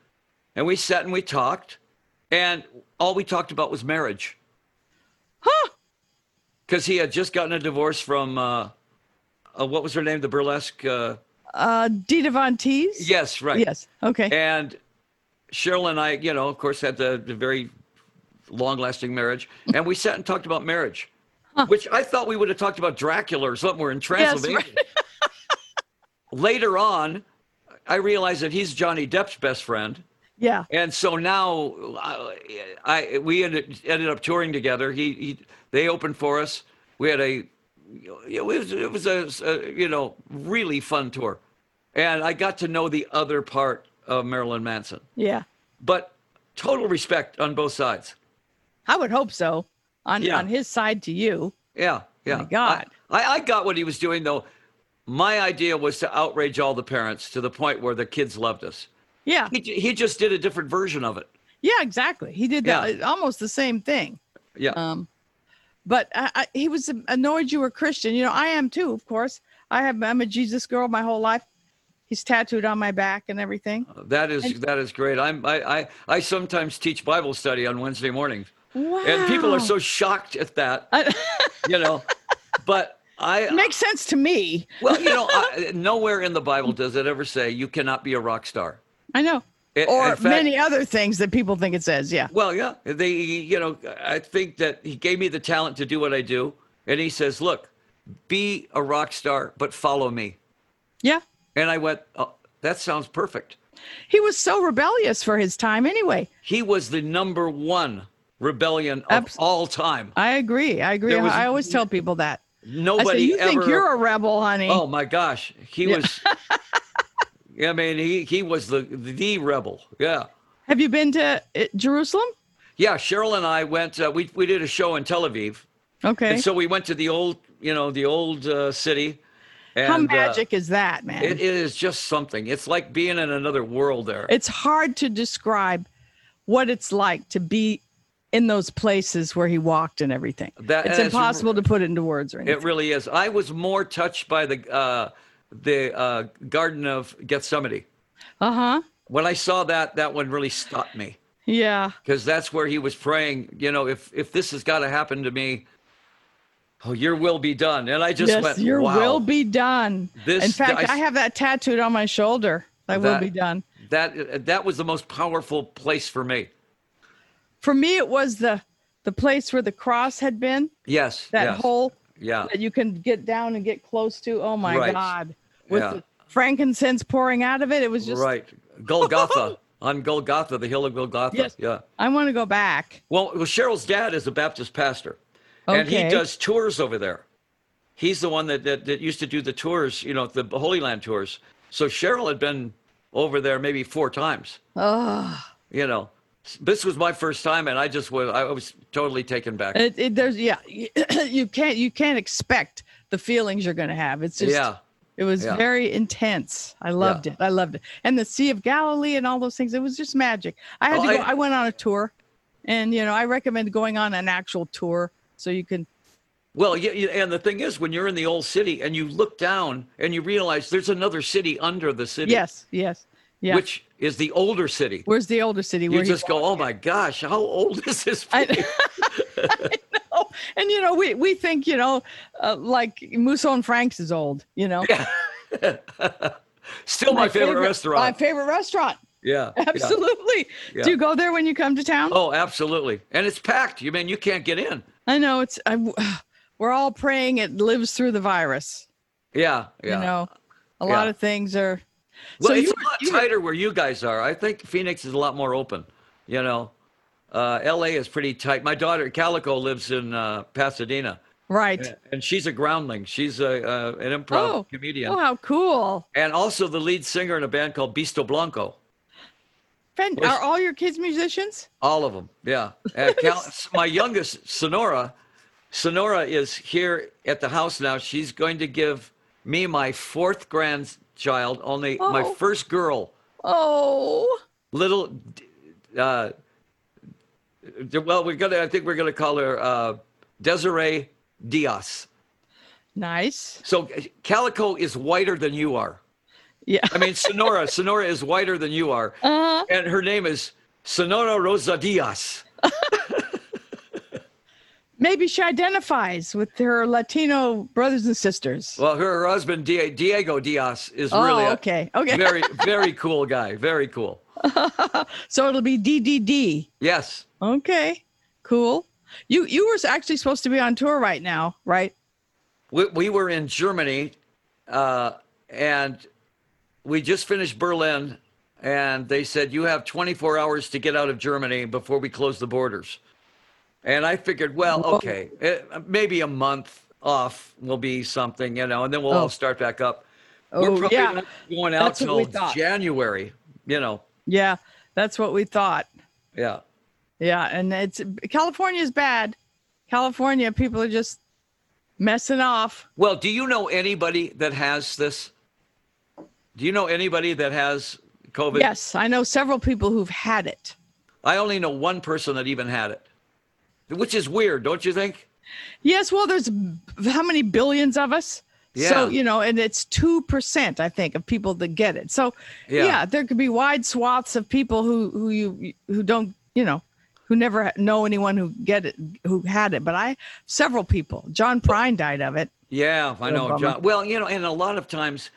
And we sat and we talked, and all we talked about was marriage Huh. because he had just gotten a divorce from uh, uh, what was her name, the burlesque. Uh, Uh, Dita Von Teese? yes, right. Yes. Okay. And Cheryl and I, you know, of course, had the, the very long-lasting marriage, and we sat and talked about marriage, which I thought we would have talked about Dracula or something. We're in Transylvania. Later on, I realized that he's Johnny Depp's best friend. yeah. And so now, I, I we ended, ended up touring together. He, he they opened for us. We had a it was it was a, a, you know really fun tour, and I got to know the other part of Marilyn Manson. Yeah. But total respect on both sides. I would hope so. On Yeah. on his side to you. Yeah, yeah. my God. I, I, I got what he was doing though. My idea was to outrage all the parents to the point where the kids loved us. Yeah. He, ju- he just did a different version of it. Yeah, exactly. He did that Yeah. almost the same thing. Yeah. Um, but I, I, he was annoyed you were Christian. You know, I am too, of course. I have I'm a Jesus girl my whole life. He's tattooed on my back and everything. That is that is great. I'm I, I I sometimes teach Bible study on Wednesday mornings, Wow. and people are so shocked at that, you know. But I makes sense to me. well, you know, I, nowhere in the Bible does it ever say you cannot be a rock star. I know. I- in or fact- many other things that people think it says. Yeah. Well, yeah, they you know I think that he gave me the talent to do what I do, and he says, "Look, be a rock star, but follow me." Yeah. And I went, oh, "That sounds perfect." He was so rebellious for his time anyway. He was the number one rebellion of Abs- all time. I agree. I agree. There was- I always tell people that. I Nobody say, you ever. think you're a rebel, honey. oh my gosh, he was. I mean, he he was the the rebel. Yeah, Have you been to uh, Jerusalem? yeah. Cheryl and I went. Uh, we we did a show in Tel Aviv, Okay. and so we went to the old, you know, the old uh, city. And, How uh, magic is that, man? it is just something. It's like being in another world there. it's hard to describe what it's like to be in those places where he walked and everything. That- it's and it's- impossible to put it into words or anything. it really is. I was more touched by the uh, the uh, Garden of Gethsemane. uh huh. When I saw that, that one really stopped me. Yeah. because that's where he was praying. You know, if if this has got to happen to me, oh, your will be done. And I just yes, went, your wow, will be done. This- in fact, I- I, have that tattooed on my shoulder. I will That- be done. that that was the most powerful place for me. For me, it was the the place where the cross had been. Yes, That yes, hole Yeah, that you can get down and get close to. Oh my Right. God! With Yeah. the frankincense pouring out of it, it was just. right. Golgotha on Golgotha, the hill of Golgotha. Yes. Yeah. I want to go back. Well, well, Cheryl's dad is a Baptist pastor, and he Okay. does tours over there. He's the one that, that that used to do the tours, you know, the Holy Land tours. So Cheryl had been over there maybe four times. You know, S- this was my first time, and I just was I was totally taken back. It, it there's yeah, you can't you can't expect the feelings you're gonna have. It's just Yeah. It was Yeah. very intense. I loved Yeah. it. I loved it. And the Sea of Galilee and all those things. It was just magic. I had Oh, to go. I- I, went on a tour. And you know, I recommend going on an actual tour so you can Well, yeah, yeah, and the thing is, when you're in the old city and you look down and you realize there's another city under the city, Yes, yes. Yeah. which is the older city. Where's the older city You where he just go, oh my gosh, how old is this? place?" I, I know. And you know, we we think you know, uh, like Mousson Franks is old. You know, Still my, favorite, restaurant. My favorite restaurant. yeah, yeah. Absolutely. Yeah. Do you go there when you come to town? Oh, absolutely. And it's packed. You mean you can't get in? I know. It's I, we're all praying it lives through the virus. Yeah, yeah. You know, a Yeah. lot of things are. Well, so it's you a lot tighter where you guys are. I think Phoenix is a lot more open. You know, uh, L.A. is pretty tight. My daughter Calico lives in uh, Pasadena, right. and she's a groundling. She's a uh, an improv Oh, comedian, oh, how cool! and also the lead singer in a band called Bisto Blanco. Fen- Was- are all your kids musicians? All of them, yeah. Uh, Cal- my youngest, Sonora, Sonora is here at the house now. She's going to give me my fourth grandchild, only my Oh. first girl, Oh, little. Uh, d- well, we're gonna. I think we're gonna call her uh, Desiree Diaz. nice. So uh, Calico is whiter than you are. Yeah. I mean, Sonora, Sonora is whiter than you are, Uh, and her name is Sonora Rosa Diaz. maybe she identifies with her Latino brothers and sisters. Well, her, her husband Dia- Diego Diaz is Oh, really a okay, okay. very very cool guy. Very cool. So it'll be DDD. Yes. Okay, cool. You you were actually supposed to be on tour right now, right? We we were in Germany uh, and we just finished Berlin and they said you have 24 hours to get out of Germany before we close the borders. And I figured, well, okay, eh, maybe a month off will be something, you know, and then we'll Oh. all start back up. Oh, we're probably yeah. not going out That's what we till thought. January, you know. Yeah, that's what we thought. Yeah. Yeah, and it's California's bad. California people are just messing off. Well, do you know anybody that has this? Do you know anybody that has COVID? Yes, I know several people who've had it. I only know one person that even had it, which is weird, don't you think? Yes, well, there's b- how many billions of us? Yeah. So, you know, and it's 2%, I think, of people that get it. So, Yeah. yeah, there could be wide swaths of people who, who you, who don't, you know, who never ha- know anyone who get it, who had it. But I, several people, John Prine died of it. Yeah, I know, bummer. John. Well, you know, and a lot of times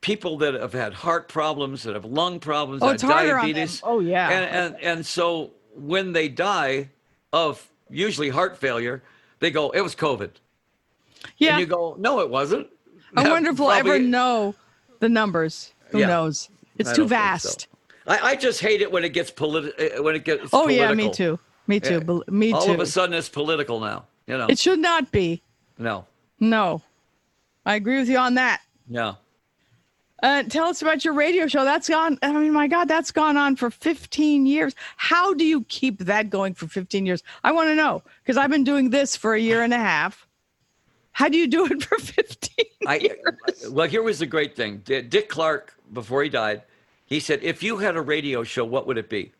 people that have had heart problems, that have lung problems, Oh, that it's have harder on them. Uh, diabetes. Oh, yeah. And, and and so when they die of usually heart failure, they go, It was COVID. Yeah. And you go, No, it wasn't. I That wonder if we'll ever probably- know the numbers. Who Yeah. knows? It's I too don't think so. vast. I, I just hate it when it gets political. When it gets Oh, political. yeah, me too. Me too. Bel Me All too. of a sudden, it's political now. You know, it should not be. no, No. I agree with you on that. no. Uh, tell us about your radio show. That's gone. I mean, my God, that's gone on for 15 years. How do you keep that going for 15 years? I want to know because I've been doing this for a year and a half. How do you do it for 15? I well, here was the great thing. D- Dick Clark, before he died, he said, "If you had a radio show, what would it be?"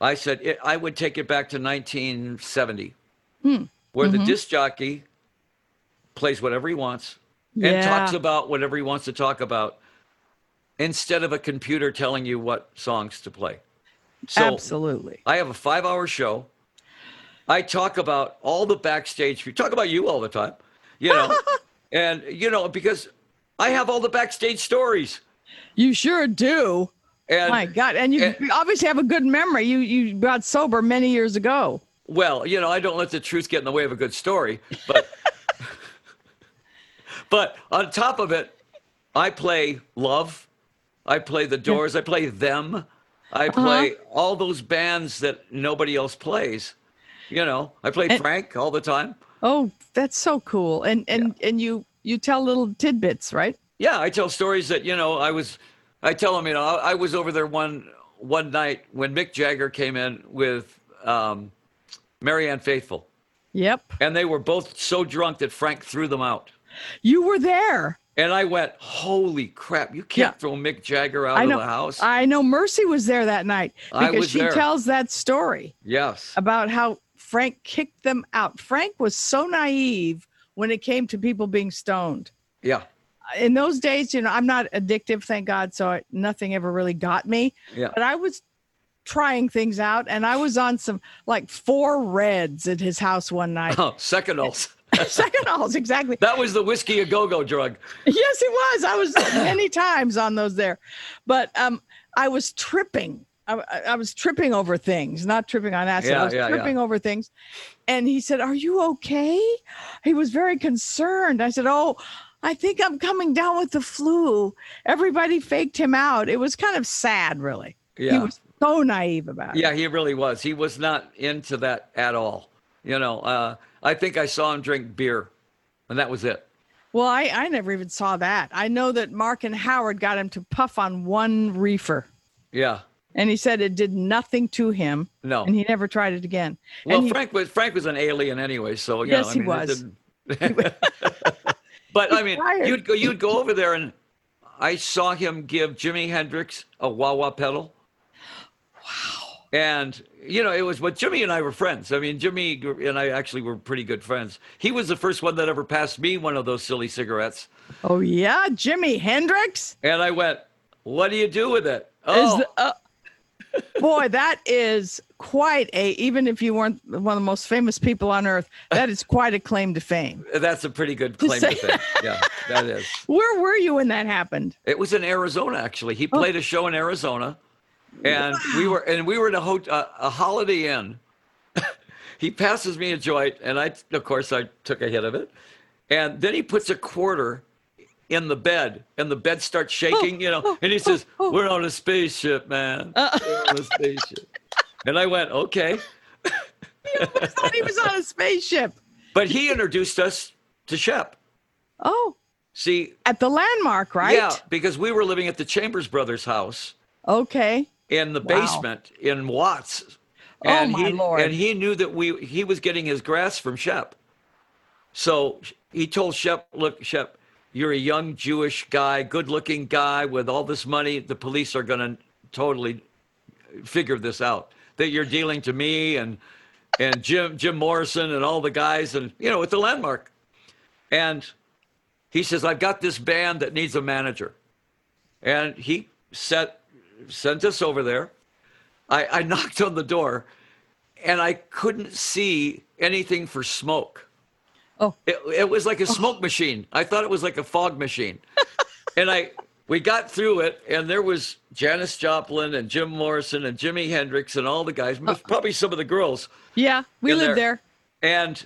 I said, it, "I would take it back to 1970, Hmm. where Mm-hmm. the disc jockey plays whatever he wants and talks Yeah. about whatever he wants to talk about, instead of a computer telling you what songs to play." So, Absolutely. I have a five hour show. I talk about all the backstage. We talk about you all the time, you know, and you know, because I have all the backstage stories. You sure do. And my God. And you and- obviously have a good memory. You you got sober many years ago. well, you know, I don't let the truth get in the way of a good story, but, but on top of it, I play love. I play the doors. I play them. I play all those bands that nobody else plays. You know, I play And- Frank all the time. Oh, that's so cool. And and and you you tell little tidbits, right? Yeah, I tell stories that you know I was. I tell them you know I, I was over there one one night when Mick Jagger came in with um, Marianne Faithful, Yep. and they were both so drunk that Frank threw them out. You were there. And I went, holy crap! You can't Yeah. throw Mick Jagger out I know. of the house. I know Mercy was there that night I because was she there. tells that story yes. about how Frank kicked them out. Frank was so naive when it came to people being stoned. Yeah. In those days, you know, I'm not addictive, thank God, so I, nothing ever really got me. Yeah. But I was trying things out and I was on some like four reds at his house one night. Oh, secondols. Second halls, exactly. That was the whiskey a go-go drug. Yes, it was. I was many times on those there, but um, I was tripping. I, I- I was tripping over things, not tripping on acid. Yeah, I was yeah, yeah. tripping over things, and he said, "Are you okay?" He was very concerned. I said, "Oh." I think I'm coming down with the flu. Everybody faked him out. It was kind of sad, really. He Yeah. was so naive about it. Yeah, he really was. He was not into that at all. You know, uh, I think I saw him drink beer, and that was it. Well, I, I never even saw that. I know that Mark and Howard got him to puff on one reefer. Yeah. and he said it did nothing to him. No. and he never tried it again. Well, and he, Frank was Frank was an alien anyway, so you Yes, know, I he mean, it was. didn't- but I mean, fired. you'd go you'd go over there, and I saw him give Jimi Hendrix a wah wah pedal. Wow. And you know, it was but Jimmy and I were friends. I mean, Jimmy gr- and I actually were pretty good friends. He was the first one that ever passed me one of those silly cigarettes, oh yeah, Jimi Hendrix and I went, "What do you do with it?" is Oh, the, uh, boy. That is quite a even if you weren't one of the most famous people on earth, that is quite a claim to fame. that's a pretty good claim say- to fame. Yeah, that is. Where were you when that happened? It was in Arizona, actually. He played a show in Arizona, and we were and we were at a, hot uh, a Holiday Inn. he passes me a joint, and I, of course, I took a hit of it, and then he puts a quarter in the bed, and the bed Oh, starts shaking, you know, and he says, "We're on a spaceship, man. Uh. We're on a spaceship." and I went, "Okay," I thought he was on a spaceship. but he introduced us to Shep. Oh, See, at the landmark, right? yeah, because we were living at the Chambers brothers' house. Okay. in the Wow. basement in Watts. Oh, And my he, Lord. And he knew that we he was getting his grass from Shep. So he told Shep, "Look, Shep, you're a young Jewish guy, good-looking guy with all this money. The police are going to totally figure this out. That you're dealing to me and and Jim Jim Morrison and all the guys and you know at the landmark." And he says, "I've got this band that needs a manager." and he sent sent us over there. I, I knocked on the door, and I couldn't see anything for smoke. Oh. it, it was like a smoke machine. I thought it was like a fog machine, and I we got through it, and there was Janis Joplin and Jim Morrison and Jimi Hendrix and all the guys, Oh. probably some of the girls. Yeah, we In lived there. there. And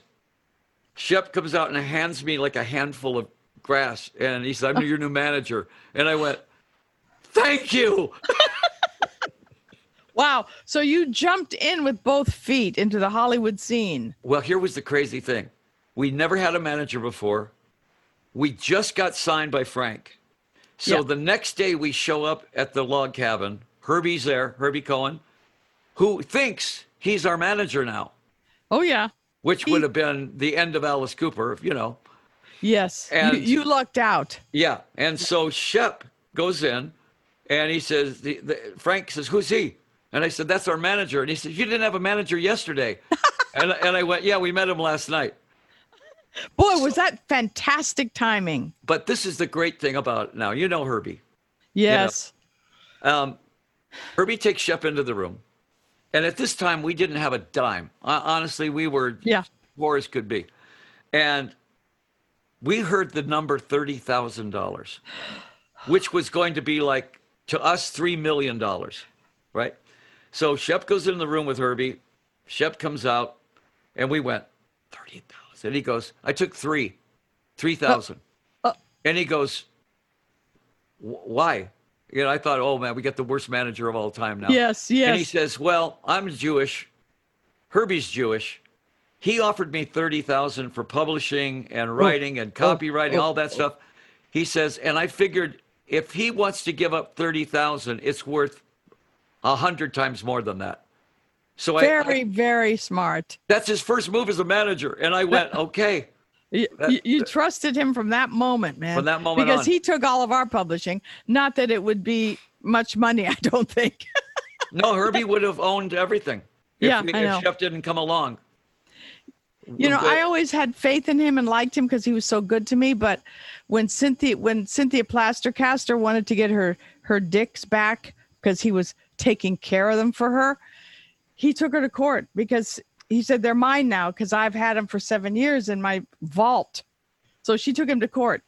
Shep comes out and hands me like a handful of grass. And he said, I'm your new manager. And I went, Thank you. Wow. So you jumped in with both feet into the Hollywood scene. Well, here was the crazy thing we never had a manager before. We just got signed by Frank. So Yeah. the next day we show up at the log cabin. Herbie's there, Herbie Cohen, who thinks he's our manager now, Oh yeah. which would have been the end of Alice Cooper, you know. Yes. You- And- you lucked out. Yeah, and so Shep goes in, and he says, the, the, Frank says, "Who's he?" And I said, "That's our manager." And he says, "You didn't have a manager yesterday," and I- and I went, "Yeah, we met him last night." Boy, was that fantastic timing. But this is the great thing about it now. You know Herbie. Yes. Um, Herbie takes Shep into the room, and at this time we didn't have a dime. Uh, honestly, we were Yeah. poor as could be, and we heard the number thirty thousand dollars, which was going to be like to us three million dollars, right? So Shep goes in the room with Herbie. Shep comes out, and we went thirty thousand. And he goes, "I took three, three thousand. Uh, and he goes, "Wh- "Why?" You know, I thought, "Oh man, we got the worst manager of all time now." Yes, And he yes. says, "Well, I'm Jewish. Herbie's Jewish. He offered me thirty thousand for publishing Oh, and writing and copywriting, all that stuff." He says, "And I figured if he wants to give up thirty thousand, it's worth a hundred times more than that." So I- I, Very, very smart. that's his first move as a manager. And I went, okay. You, That- you- you trusted him from that moment, man. From that moment because on. he took all of our publishing. Not that it would be much money, I don't think. No, Herbie would have owned everything. If Yeah, we- I if know. Shep didn't come along. you know, But- I always had faith in him and liked him because he was so good to me. But when Cynthia, when Cynthia Plastercaster wanted to get her her dicks back because he was taking care of them for her, he took her to court because he said they're mine now because I've had them for seven years in my vault. So she took him to court,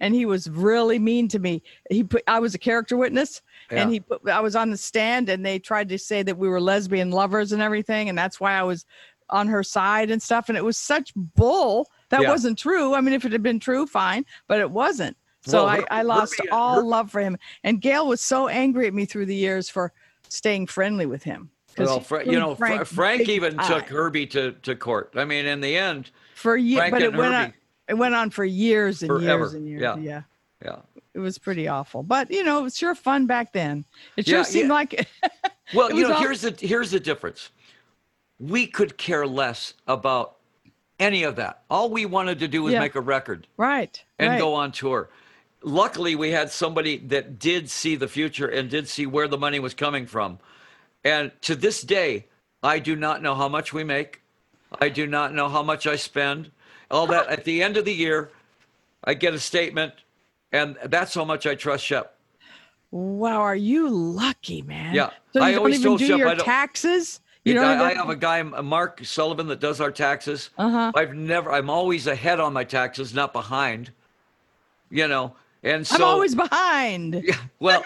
and he was really mean to me. He put I was a character witness, and Yeah. he put I was on the stand, and they tried to say that we were lesbian lovers and everything, and that's why I was on her side and stuff. And it was such bull that Yeah. wasn't true. I mean, if it had been true, fine, but it wasn't. So Well, I, Her- I lost Herbie- all Her- love for him. And Gail was so angry at me through the years for staying friendly with him. 'Cause Well, he Fra- you threw know, Frank, Frank big even took time Herbie to, to court. I mean, in the end, for years, Frank but it and went on. Herbie. It went on for years and Forever. years and years. Yeah. yeah. yeah. It was pretty awful, but you know, it was sure fun back then. It sure Yeah, seemed yeah. like Well, It you was know, all- here's the here's the difference. We could care less about any of that. All we wanted to do was Yeah. make a record right. and right. go on tour. Luckily, we had somebody that did see the future and did see where the money was coming from. And to this day, I do not know how much we make. I do not know how much I spend. All that at the end of the year, I get a statement, and that's how much I trust Shep. Wow, are you lucky, man? Yeah, So you I don't always even told do Shep your I don't- taxes. You know, I, I have a guy, M- Mark Sullivan, that does our taxes. Uh-huh. I've never, I'm always ahead on my taxes, not behind. You know, and so I'm always behind. well,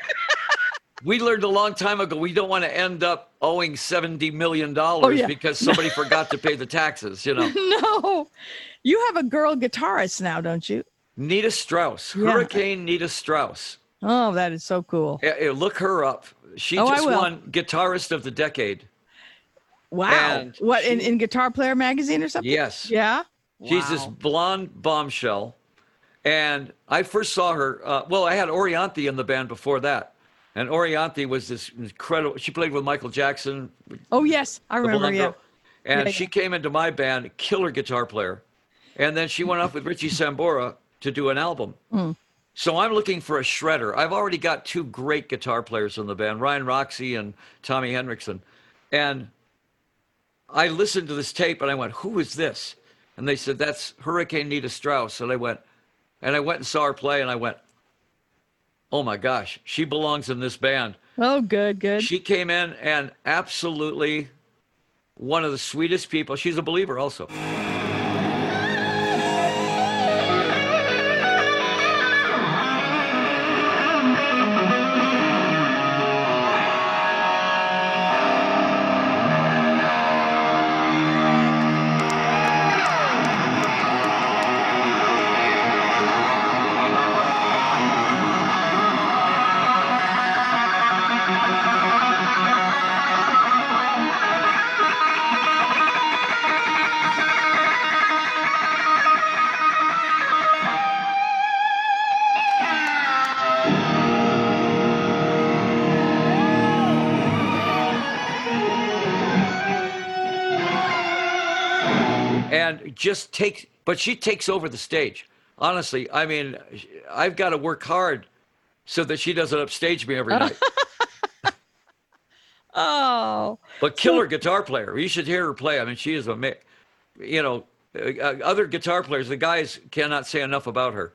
we learned a long time ago we don't want to end up owing seventy million dollars Oh, yeah. because somebody forgot to pay the taxes. You know, No, you have a girl guitarist now, don't you? Nita Strauss, Yeah. Hurricane Nita Strauss. Oh, that is so cool. Eh, eh, Look her up. She Oh, I just will. won guitarist of the decade. Wow. And What in, in Guitar Player magazine or something? Yes. Yeah. She's this blonde bombshell. And I first saw her. Uh, well, I had Orianthi in the band before that. And Orianthi was this incredible. She played with Michael Jackson. Oh yes, I the remember. blonde Yeah. girl. And Yeah, she came into my band, killer guitar player. And then she went off with Richie Sambora to do an album. Hmm. So I'm looking for a shredder. I've already got two great guitar players in the band, Ryan Roxy and Tommy Henriksen. And I listened to this tape and I went, Who is this? And they said, That's Hurricane Nita Strauss. And I went, and I went and saw her play and I went, Oh my gosh, she belongs in this band Oh, good, good. she came in and absolutely one of the sweetest people. She's a believer also. and just takes but she takes over the stage honestly i mean i've got to work hard so that she doesn't upstage me every night oh, but killer guitar player you should hear her play i mean she is a ama- you know uh, uh, other guitar players the guys cannot say enough about her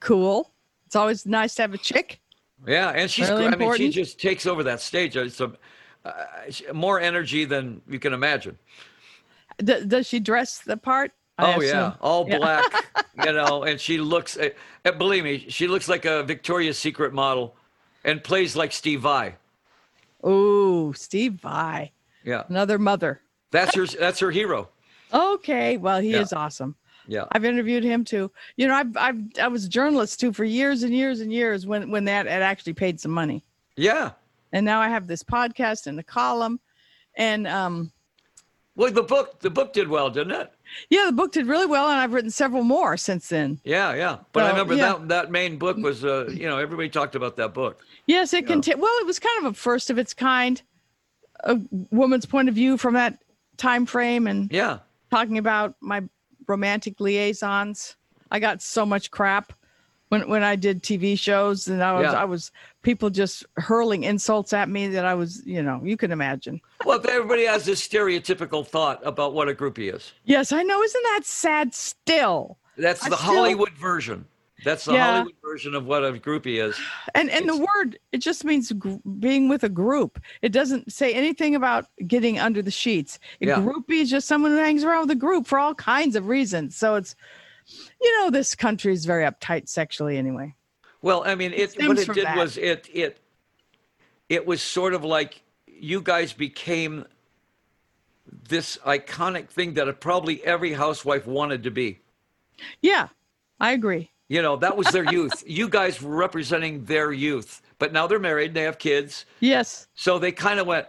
cool. It's always nice to have a chick. yeah and she's Really gr- i mean she important. just takes over that stage it's a, uh, she- more energy than you can imagine D- does she dress the part? I Oh yeah, assume. all black, you know, and she looks. eh, eh, Believe me, she looks like a Victoria's Secret model, and plays like Steve Vai. Ooh, Steve Vai, Yeah, another mother. that's her. That's her hero. Okay, well, he Yeah. is awesome. Yeah, I've interviewed him too. You know, I've I've I was a journalist too for years and years and years when when that had actually paid some money. yeah. And now I have this podcast and a column. And um Well, the book, the book did well, didn't it? yeah, the book did really well and I've written several more since then. Yeah, yeah. But I Well, remember yeah. that that main book was, uh, you know, everybody talked about that book. Yes, it can well, it was kind of a first of its kind uh, a woman's point of view from that time frame and Yeah, talking about my romantic liaisons. I got so much crap when when I did TV shows, and I was Yeah. I was people just hurling insults at me that I was you know you can imagine. Well, everybody has this stereotypical thought about what a groupie is. Yes, I know. Isn't that sad? Still, That's I the still- Hollywood version. That's the Yeah. Hollywood version of what a groupie is. and and the word it just means gr- being with a group. It doesn't say anything about getting under the sheets. A Yeah. groupie is just someone who hangs around with a group for all kinds of reasons. So it's, you know, this country is very uptight sexually anyway. Well, I mean, it, what stems it from did that. was it it it was sort of like you guys became this iconic thing that probably every housewife wanted to be. Yeah, I agree. You know, that was their youth. You guys were representing their youth, but now they're married, and they have kids, Yes. so they kind of went.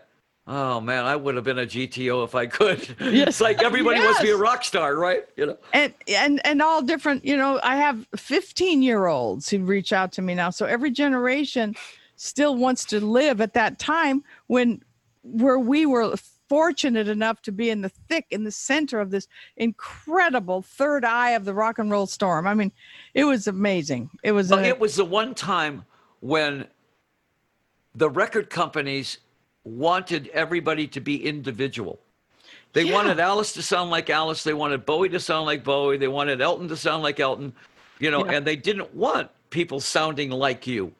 Oh man, I would have been a GTO if I could. It's Yes. like everybody wants to be a Yes. rock star, right? You know. and and and all different you know i have 15 year olds who reach out to me now so every generation still wants to live at that time when where we were fortunate enough to be in the thick in the center of this incredible third eye of the rock and roll storm i mean it was amazing it was Well, a- it was the one time when the record companies wanted everybody to be individual. They wanted Alice to sound like Alice. They wanted Bowie to sound like Bowie. They wanted Elton to sound like Elton, you know, and they didn't want people sounding like you.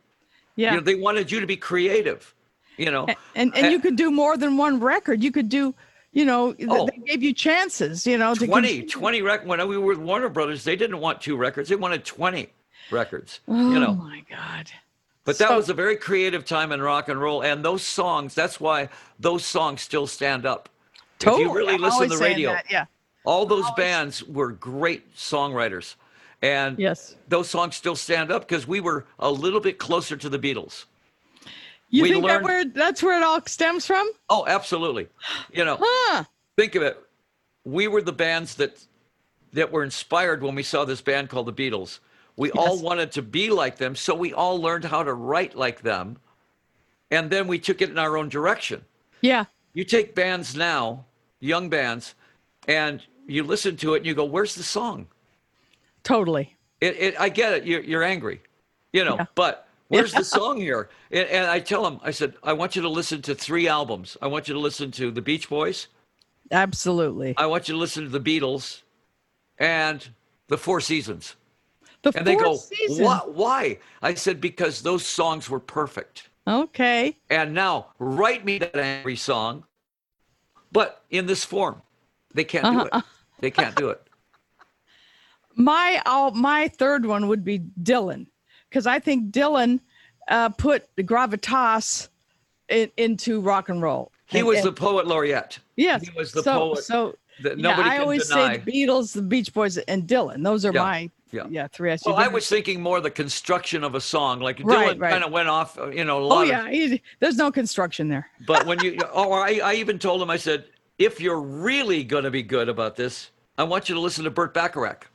yeah You know, they wanted you to be creative, you know. and and you a- could do more than one record you could do you know th- Oh. they gave you chances you know to 20, continue. 20 records. When we were with Warner Brothers, they didn't want two records. They wanted 20 records, oh you know. my god But that So- was a very creative time in rock and roll, and those songs. That's why those songs still stand up. If you really I'm listen always to the saying radio, that, yeah all those bands were great songwriters, and yes those songs still stand up because we were a little bit closer to the Beatles. You We think learned- that where that's where it all stems from? Oh, absolutely. You know, Huh. think of it. We were the bands that that were inspired when we saw this band called the Beatles. We all Yes. wanted to be like them, so we all learned how to write like them, and then we took it in our own direction. Yeah. you take bands now, young bands, and you listen to it and you go, "Where's the song?" Totally. It, it I get it. You're, you're angry, you know, Yeah. but where's the song here? And, and I tell them, I said, I want you to listen to three albums. I want you to listen to the Beach Boys. Absolutely. I want you to listen to the Beatles, and the Four Seasons. The And they Four go, Seasons. "What? Why?" I said, "Because those songs were perfect." Okay. And now write me that angry song, but in this form. They can't Uh-huh. do it. They can't do it. My all my third one would be Dylan, because I think Dylan uh, put the gravitas in, into rock and roll. He And- was and- the poet laureate. yes. He was the so, poet So that yeah, nobody I can always deny. say the Beatles, the Beach Boys, and Dylan. Those are Yeah, my yeah. yeah, three. well, SUVs. I was thinking more the construction of a song. Like Right, Dylan right. kind of went off, uh, you know, a lot. Oh of- yeah. he- there's no construction there. but when you, oh, I, I even told him, I said, if you're really going to be good about this, I want you to listen to Burt Bacharach.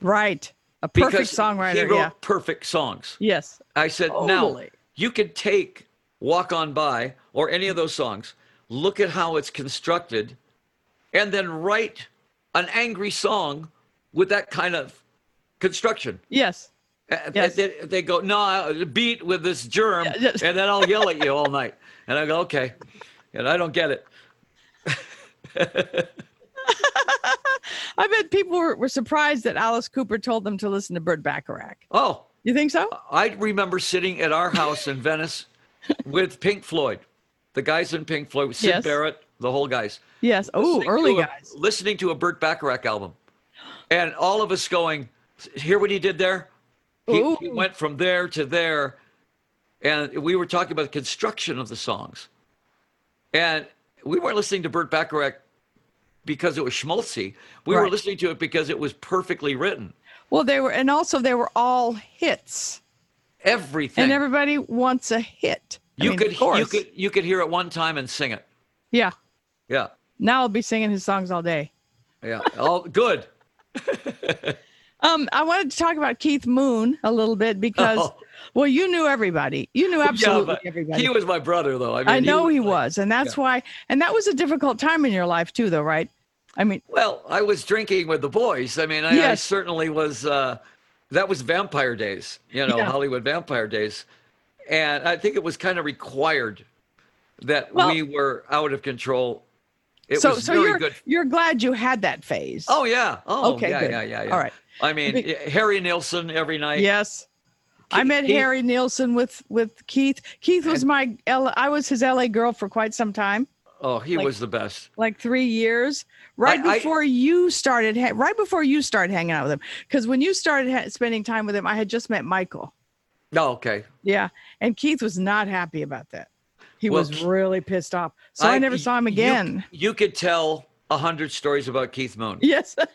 Right. A perfect songwriter. He wrote yeah. perfect songs. Yes. I said, now Totally. you could take Walk On By or any of those songs, look at how it's constructed, and then write an angry song with that kind of construction. Yes. And Yes. They, they go, no, I- beat with this germ, Yeah, yes. and then I'll yell at you all night. And I go, okay. And I don't get it. I bet people were, were surprised that Alice Cooper told them to listen to Burt Bacharach. Oh, You think so? I remember sitting at our house in Venice with Pink Floyd, the guys in Pink Floyd, Sid Yes. Barrett, the whole guys. Yes. Oh, listening early to a- guys. listening to a Burt Bacharach album, and all of us going, "Hear what he did there? He, he Ooh. went from there to there." And we were talking about the construction of the songs, and we weren't listening to Burt Bacharach because it was schmaltzy. We were Right. listening to it because it was perfectly written. Well, they were, and also they were all hits, Everything and everybody wants a hit. I you mean, could of you course. could you could hear it one time and sing it. yeah. Yeah, Now I'll be singing his songs all day. yeah. Oh, good. Um, I wanted to talk about Keith Moon a little bit because, Oh. well, you knew everybody. You knew absolutely yeah, but everybody. he was my brother though. I mean, I know he like- was, and that's why. And that was a difficult time in your life too, though, right? I mean, Well, I was drinking with the boys. I mean, I, I Yes. certainly was. Uh, that was vampire days, you know, Yeah. Hollywood vampire days, and I think it was kind of required that Well- we were out of control. It so was so very you're good. you're glad you had that phase. Oh yeah. Oh Okay, yeah, good. yeah, yeah, yeah. All right. I mean, Be- yeah, Harry Nilsson every night. yes. I met Keith- Harry Nielsen with with Keith. Keith was my L, I was his LA girl for quite some time, Oh, he Like- was the best. like three years. Right I- I- before you started, ha- right before you started hanging out with him, because when you started ha- spending time with him, I had just met Michael. No, okay. Yeah, and Keith was not happy about that. He Well, was Ke- really pissed off. So I, never saw him you- again. You, could tell a hundred stories about Keith Moon. yes, I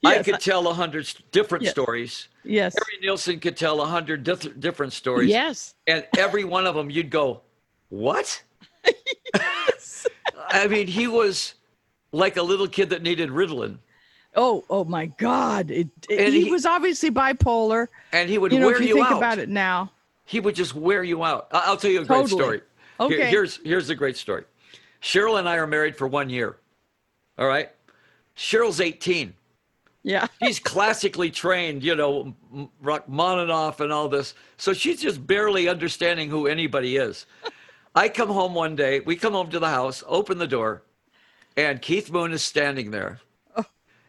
yes, could tell a hundred s- different Yes. stories. yes, Harry Nielsen could tell a hundred dif- different stories. yes. and every one of them you'd go what i mean he was like a little kid that needed ritalin Oh, oh my God! It, it- And he, he- was obviously bipolar. and he would You know, wear if you, you, think out about it now, he would just wear you out I- i'll tell you a great Totally. story Here- Okay. here's here's a great story cheryl and i are married for one year all right cheryl's 18 yeah, She's classically trained, you know, M- Rachmaninoff and all this. So she's just barely understanding who anybody is. I come home one day, we come home to the house, open the door, and Keith Moon is standing there Oh.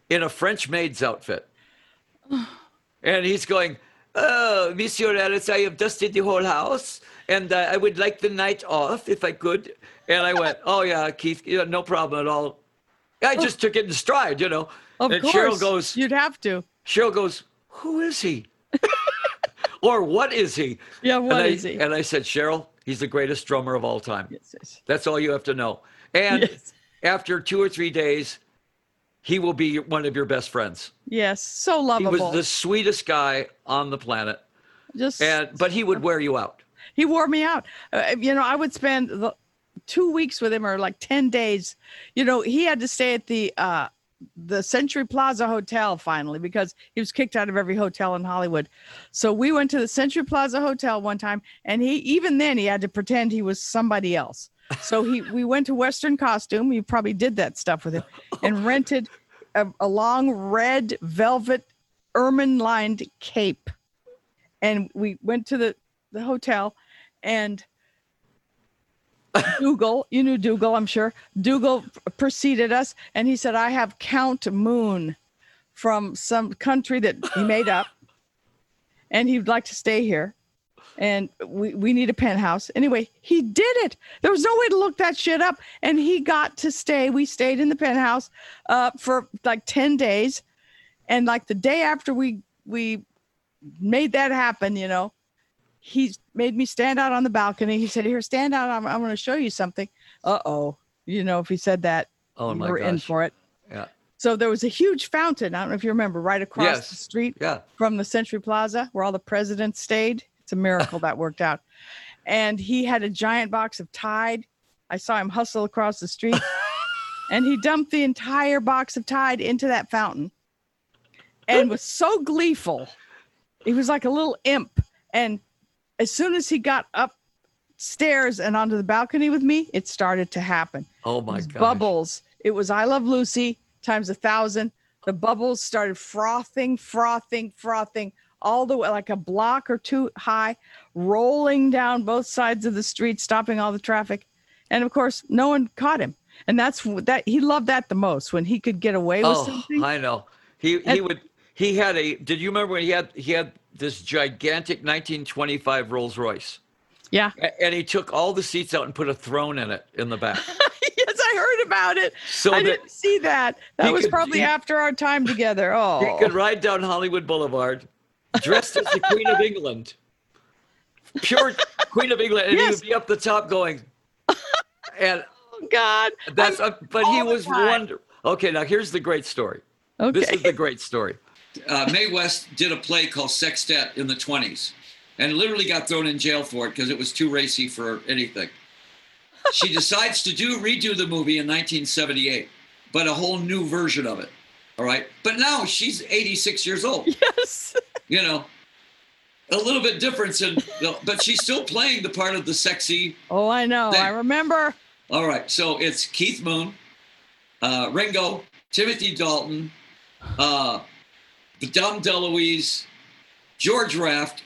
in a French maid's outfit. And he's going, Oh, Monsieur Ellis, I have dusted the whole house, and uh, I would like the night off if I could. And I went, Oh, yeah, Keith, yeah, no problem at all. I just took it in stride, you know. Oh. of and course. Cheryl goes, You'd have to. Cheryl goes, Who is he? or what is he? Yeah, and what I, is he? And I said, Cheryl, he's the greatest drummer of all time. Yes, yes. That's all you have to know. And Yes. after two or three days, he will be one of your best friends. Yes, so He lovable. was the sweetest guy on the planet. Just And but he would wear you out. he wore me out. Uh, you know, I would spend the, two weeks with him or like ten days. You know, he had to stay at the uh, the Century Plaza Hotel finally because he was kicked out of every hotel in Hollywood. So we went to the Century Plaza Hotel one time, and he even then he had to pretend he was somebody else. So he we went to Western costume. You probably did that stuff with him and rented a, a long red velvet ermine lined cape, and we went to the the hotel, and. Dougal, you knew Dougal, I'm sure. Dougal preceded us, and he said, "I have Count Moon from some country that he made up, and he'd like to stay here, and we we need a penthouse." Anyway, he did it. There was no way to look that shit up, and he got to stay. We stayed in the penthouse uh, for like ten days, and like the day after we we made that happen, you know, he made me stand out on the balcony. He said, "Here, stand out. I'm, I'm going to show you something." Uh oh, you know, if he said that, Oh we my were in gosh. for it. Yeah. So there was a huge fountain. I don't know if you remember, right across the Yes. street Yeah. from the Century Plaza, where all the presidents stayed. It's a miracle that worked out. And he had a giant box of Tide. I saw him hustle across the street, and he dumped the entire box of Tide into that fountain, and was so gleeful. He was like a little imp. And as soon as he got upstairs and onto the balcony with me, it started to happen Oh my was god. bubbles. It was I Love Lucy times a thousand. The bubbles started frothing, frothing, frothing all the way like a block or two high, rolling down both sides of the street, stopping all the traffic. And of course, no one caught him. And that's w- that he loved that the most when he could get away with Oh, something. I know. He he And- would he had a did you remember when he had he had this gigantic 1925 Rolls Royce? yeah. A- And he took all the seats out and put a throne in it in the back. yes, I heard about it. So I that- didn't see that. He That was could- probably he- after our time together. Oh, He could ride down Hollywood Boulevard dressed as the Queen of England. Pure Queen of England. And he Yes. would be up the top going. And Oh, God. that's, uh, but he all the was time. wonderful. Okay, now here's the great story. Okay. This is the great story. Uh, Mae West did a play called Sextet in the 20s and literally got thrown in jail for it because it was too racy for anything. She decides to do redo the movie in 1978, but a whole new version of it. All right. But now she's 86 years old, yes. you know, a little bit difference in, the, but she's still playing the part of the sexy Oh, I know. I Thank- remember. all right, so it's Keith Moon, uh, Ringo, Timothy Dalton, uh, the Dom DeLuise, George Raft.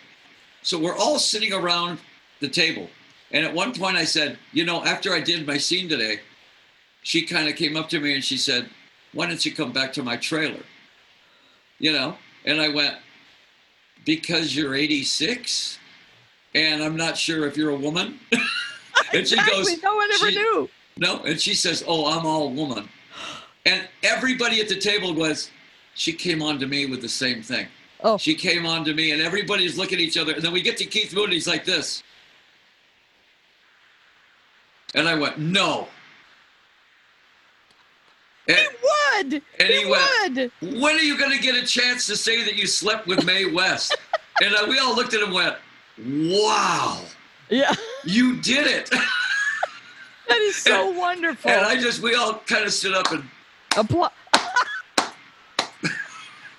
So we're all sitting around the table. And at one point I said, you know, after I did my scene today, she kind of came up to me and she said, why don't you come back to my trailer? You know? And I went, because you're 86 and I'm not sure if you're a woman. and she Exactly. goes, no one ever she- knew. no, and she says, "Oh, I'm all woman," and everybody at the table was. She came on to me with the same thing. Oh. She came on to me, and everybody's looking at each other. And then we get to Keith Moon, and he's like this, and I went, "No." And, Would and he went, would. "When are you going to get a chance to say that you slept with Mae West?" and uh, we all looked at him, and went, "Wow, Yeah, you did it!" that is so wonderful. and I just, we all kind of stood up and. Appla-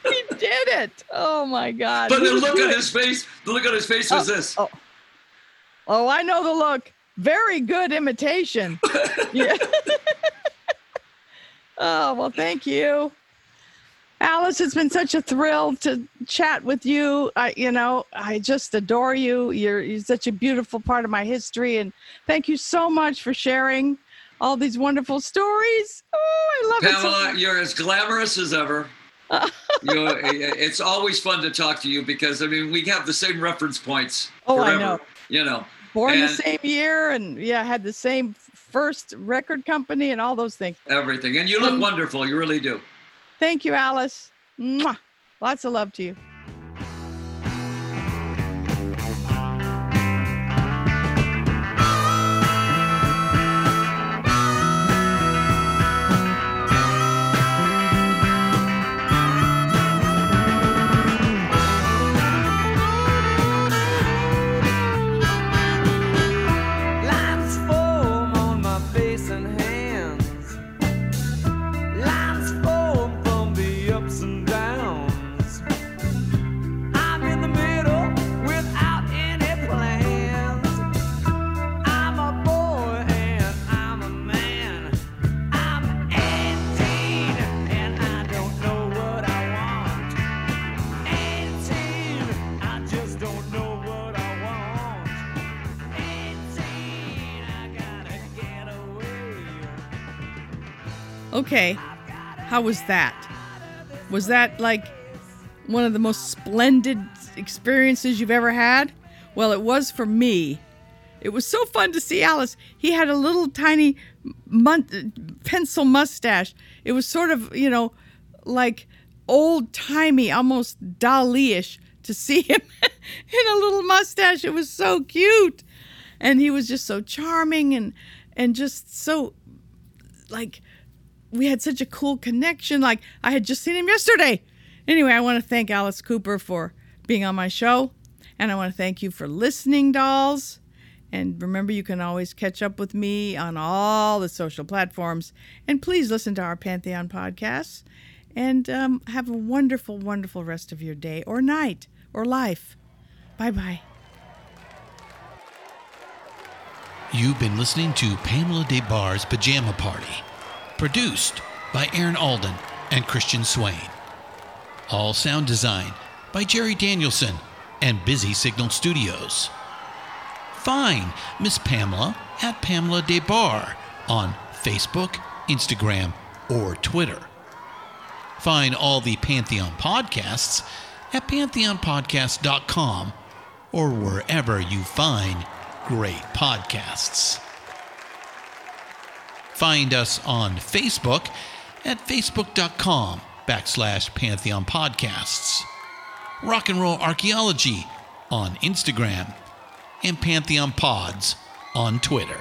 he did it. Oh my God. But Who the would look do on it? his face, the look on his face was this. oh. Oh, I know the look. Very good imitation. yeah. oh, well, thank you. Alice, it's been such a thrill to chat with you. I, you know, I just adore you. You're, you're such a beautiful part of my history. And thank you so much for sharing all these wonderful stories. Oh, I love it. so Pamela, much. you're as glamorous as ever. you it's always fun to talk to you because I mean we have the same reference points Oh, I forever. know. You know, Born the and- same year and yeah, had the same f- first record company and all those things. everything. And you look Um, wonderful. You really do. Thank you, Alice. Mwah. Lots of love to you. Lines form on my face and hands. Lines form from the ups and downs. I'm in the middle without any plans. I'm a boy and I'm a man. I'm 18 and I don't know what I want. 18, I just don't know what I want. 18, I gotta get away. Okay. How was that? Was that like one of the most splendid experiences you've ever had? Well, it was for me. It was so fun to see Alice. He had a little tiny mun- pencil mustache. It was sort of, you know, like old timey, almost Dali ish to see him in a little mustache. It was so cute. And he was just so charming and and just so like we had such a cool connection. Like I had just seen him yesterday. Anyway, I want to thank Alice Cooper for being on my show, and I want to thank you for listening, dolls. And remember, you can always catch up with me on all the social platforms. And please listen to our Pantheon podcasts. And um, have a wonderful, wonderful rest of your day or night or life. Bye bye. You've been listening to Pamela DeBar's Pajama Party, produced by Aaron Alden and Christian Swain. All sound design by Jerry Danielson and Busy Signal Studios. Find Miss Pamela at Pamela DeBar on Facebook, Instagram, or Twitter. Find all the Pantheon podcasts at pantheonpodcast.com or wherever you find great podcasts. Find us on Facebook at facebook.com backslash Pantheon Podcasts, Rock and Roll Archaeology on Instagram, and Pantheon Pods on Twitter.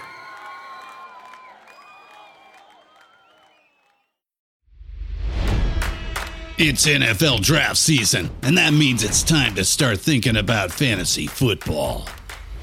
It's NFL draft season, and that means it's time to start thinking about fantasy football.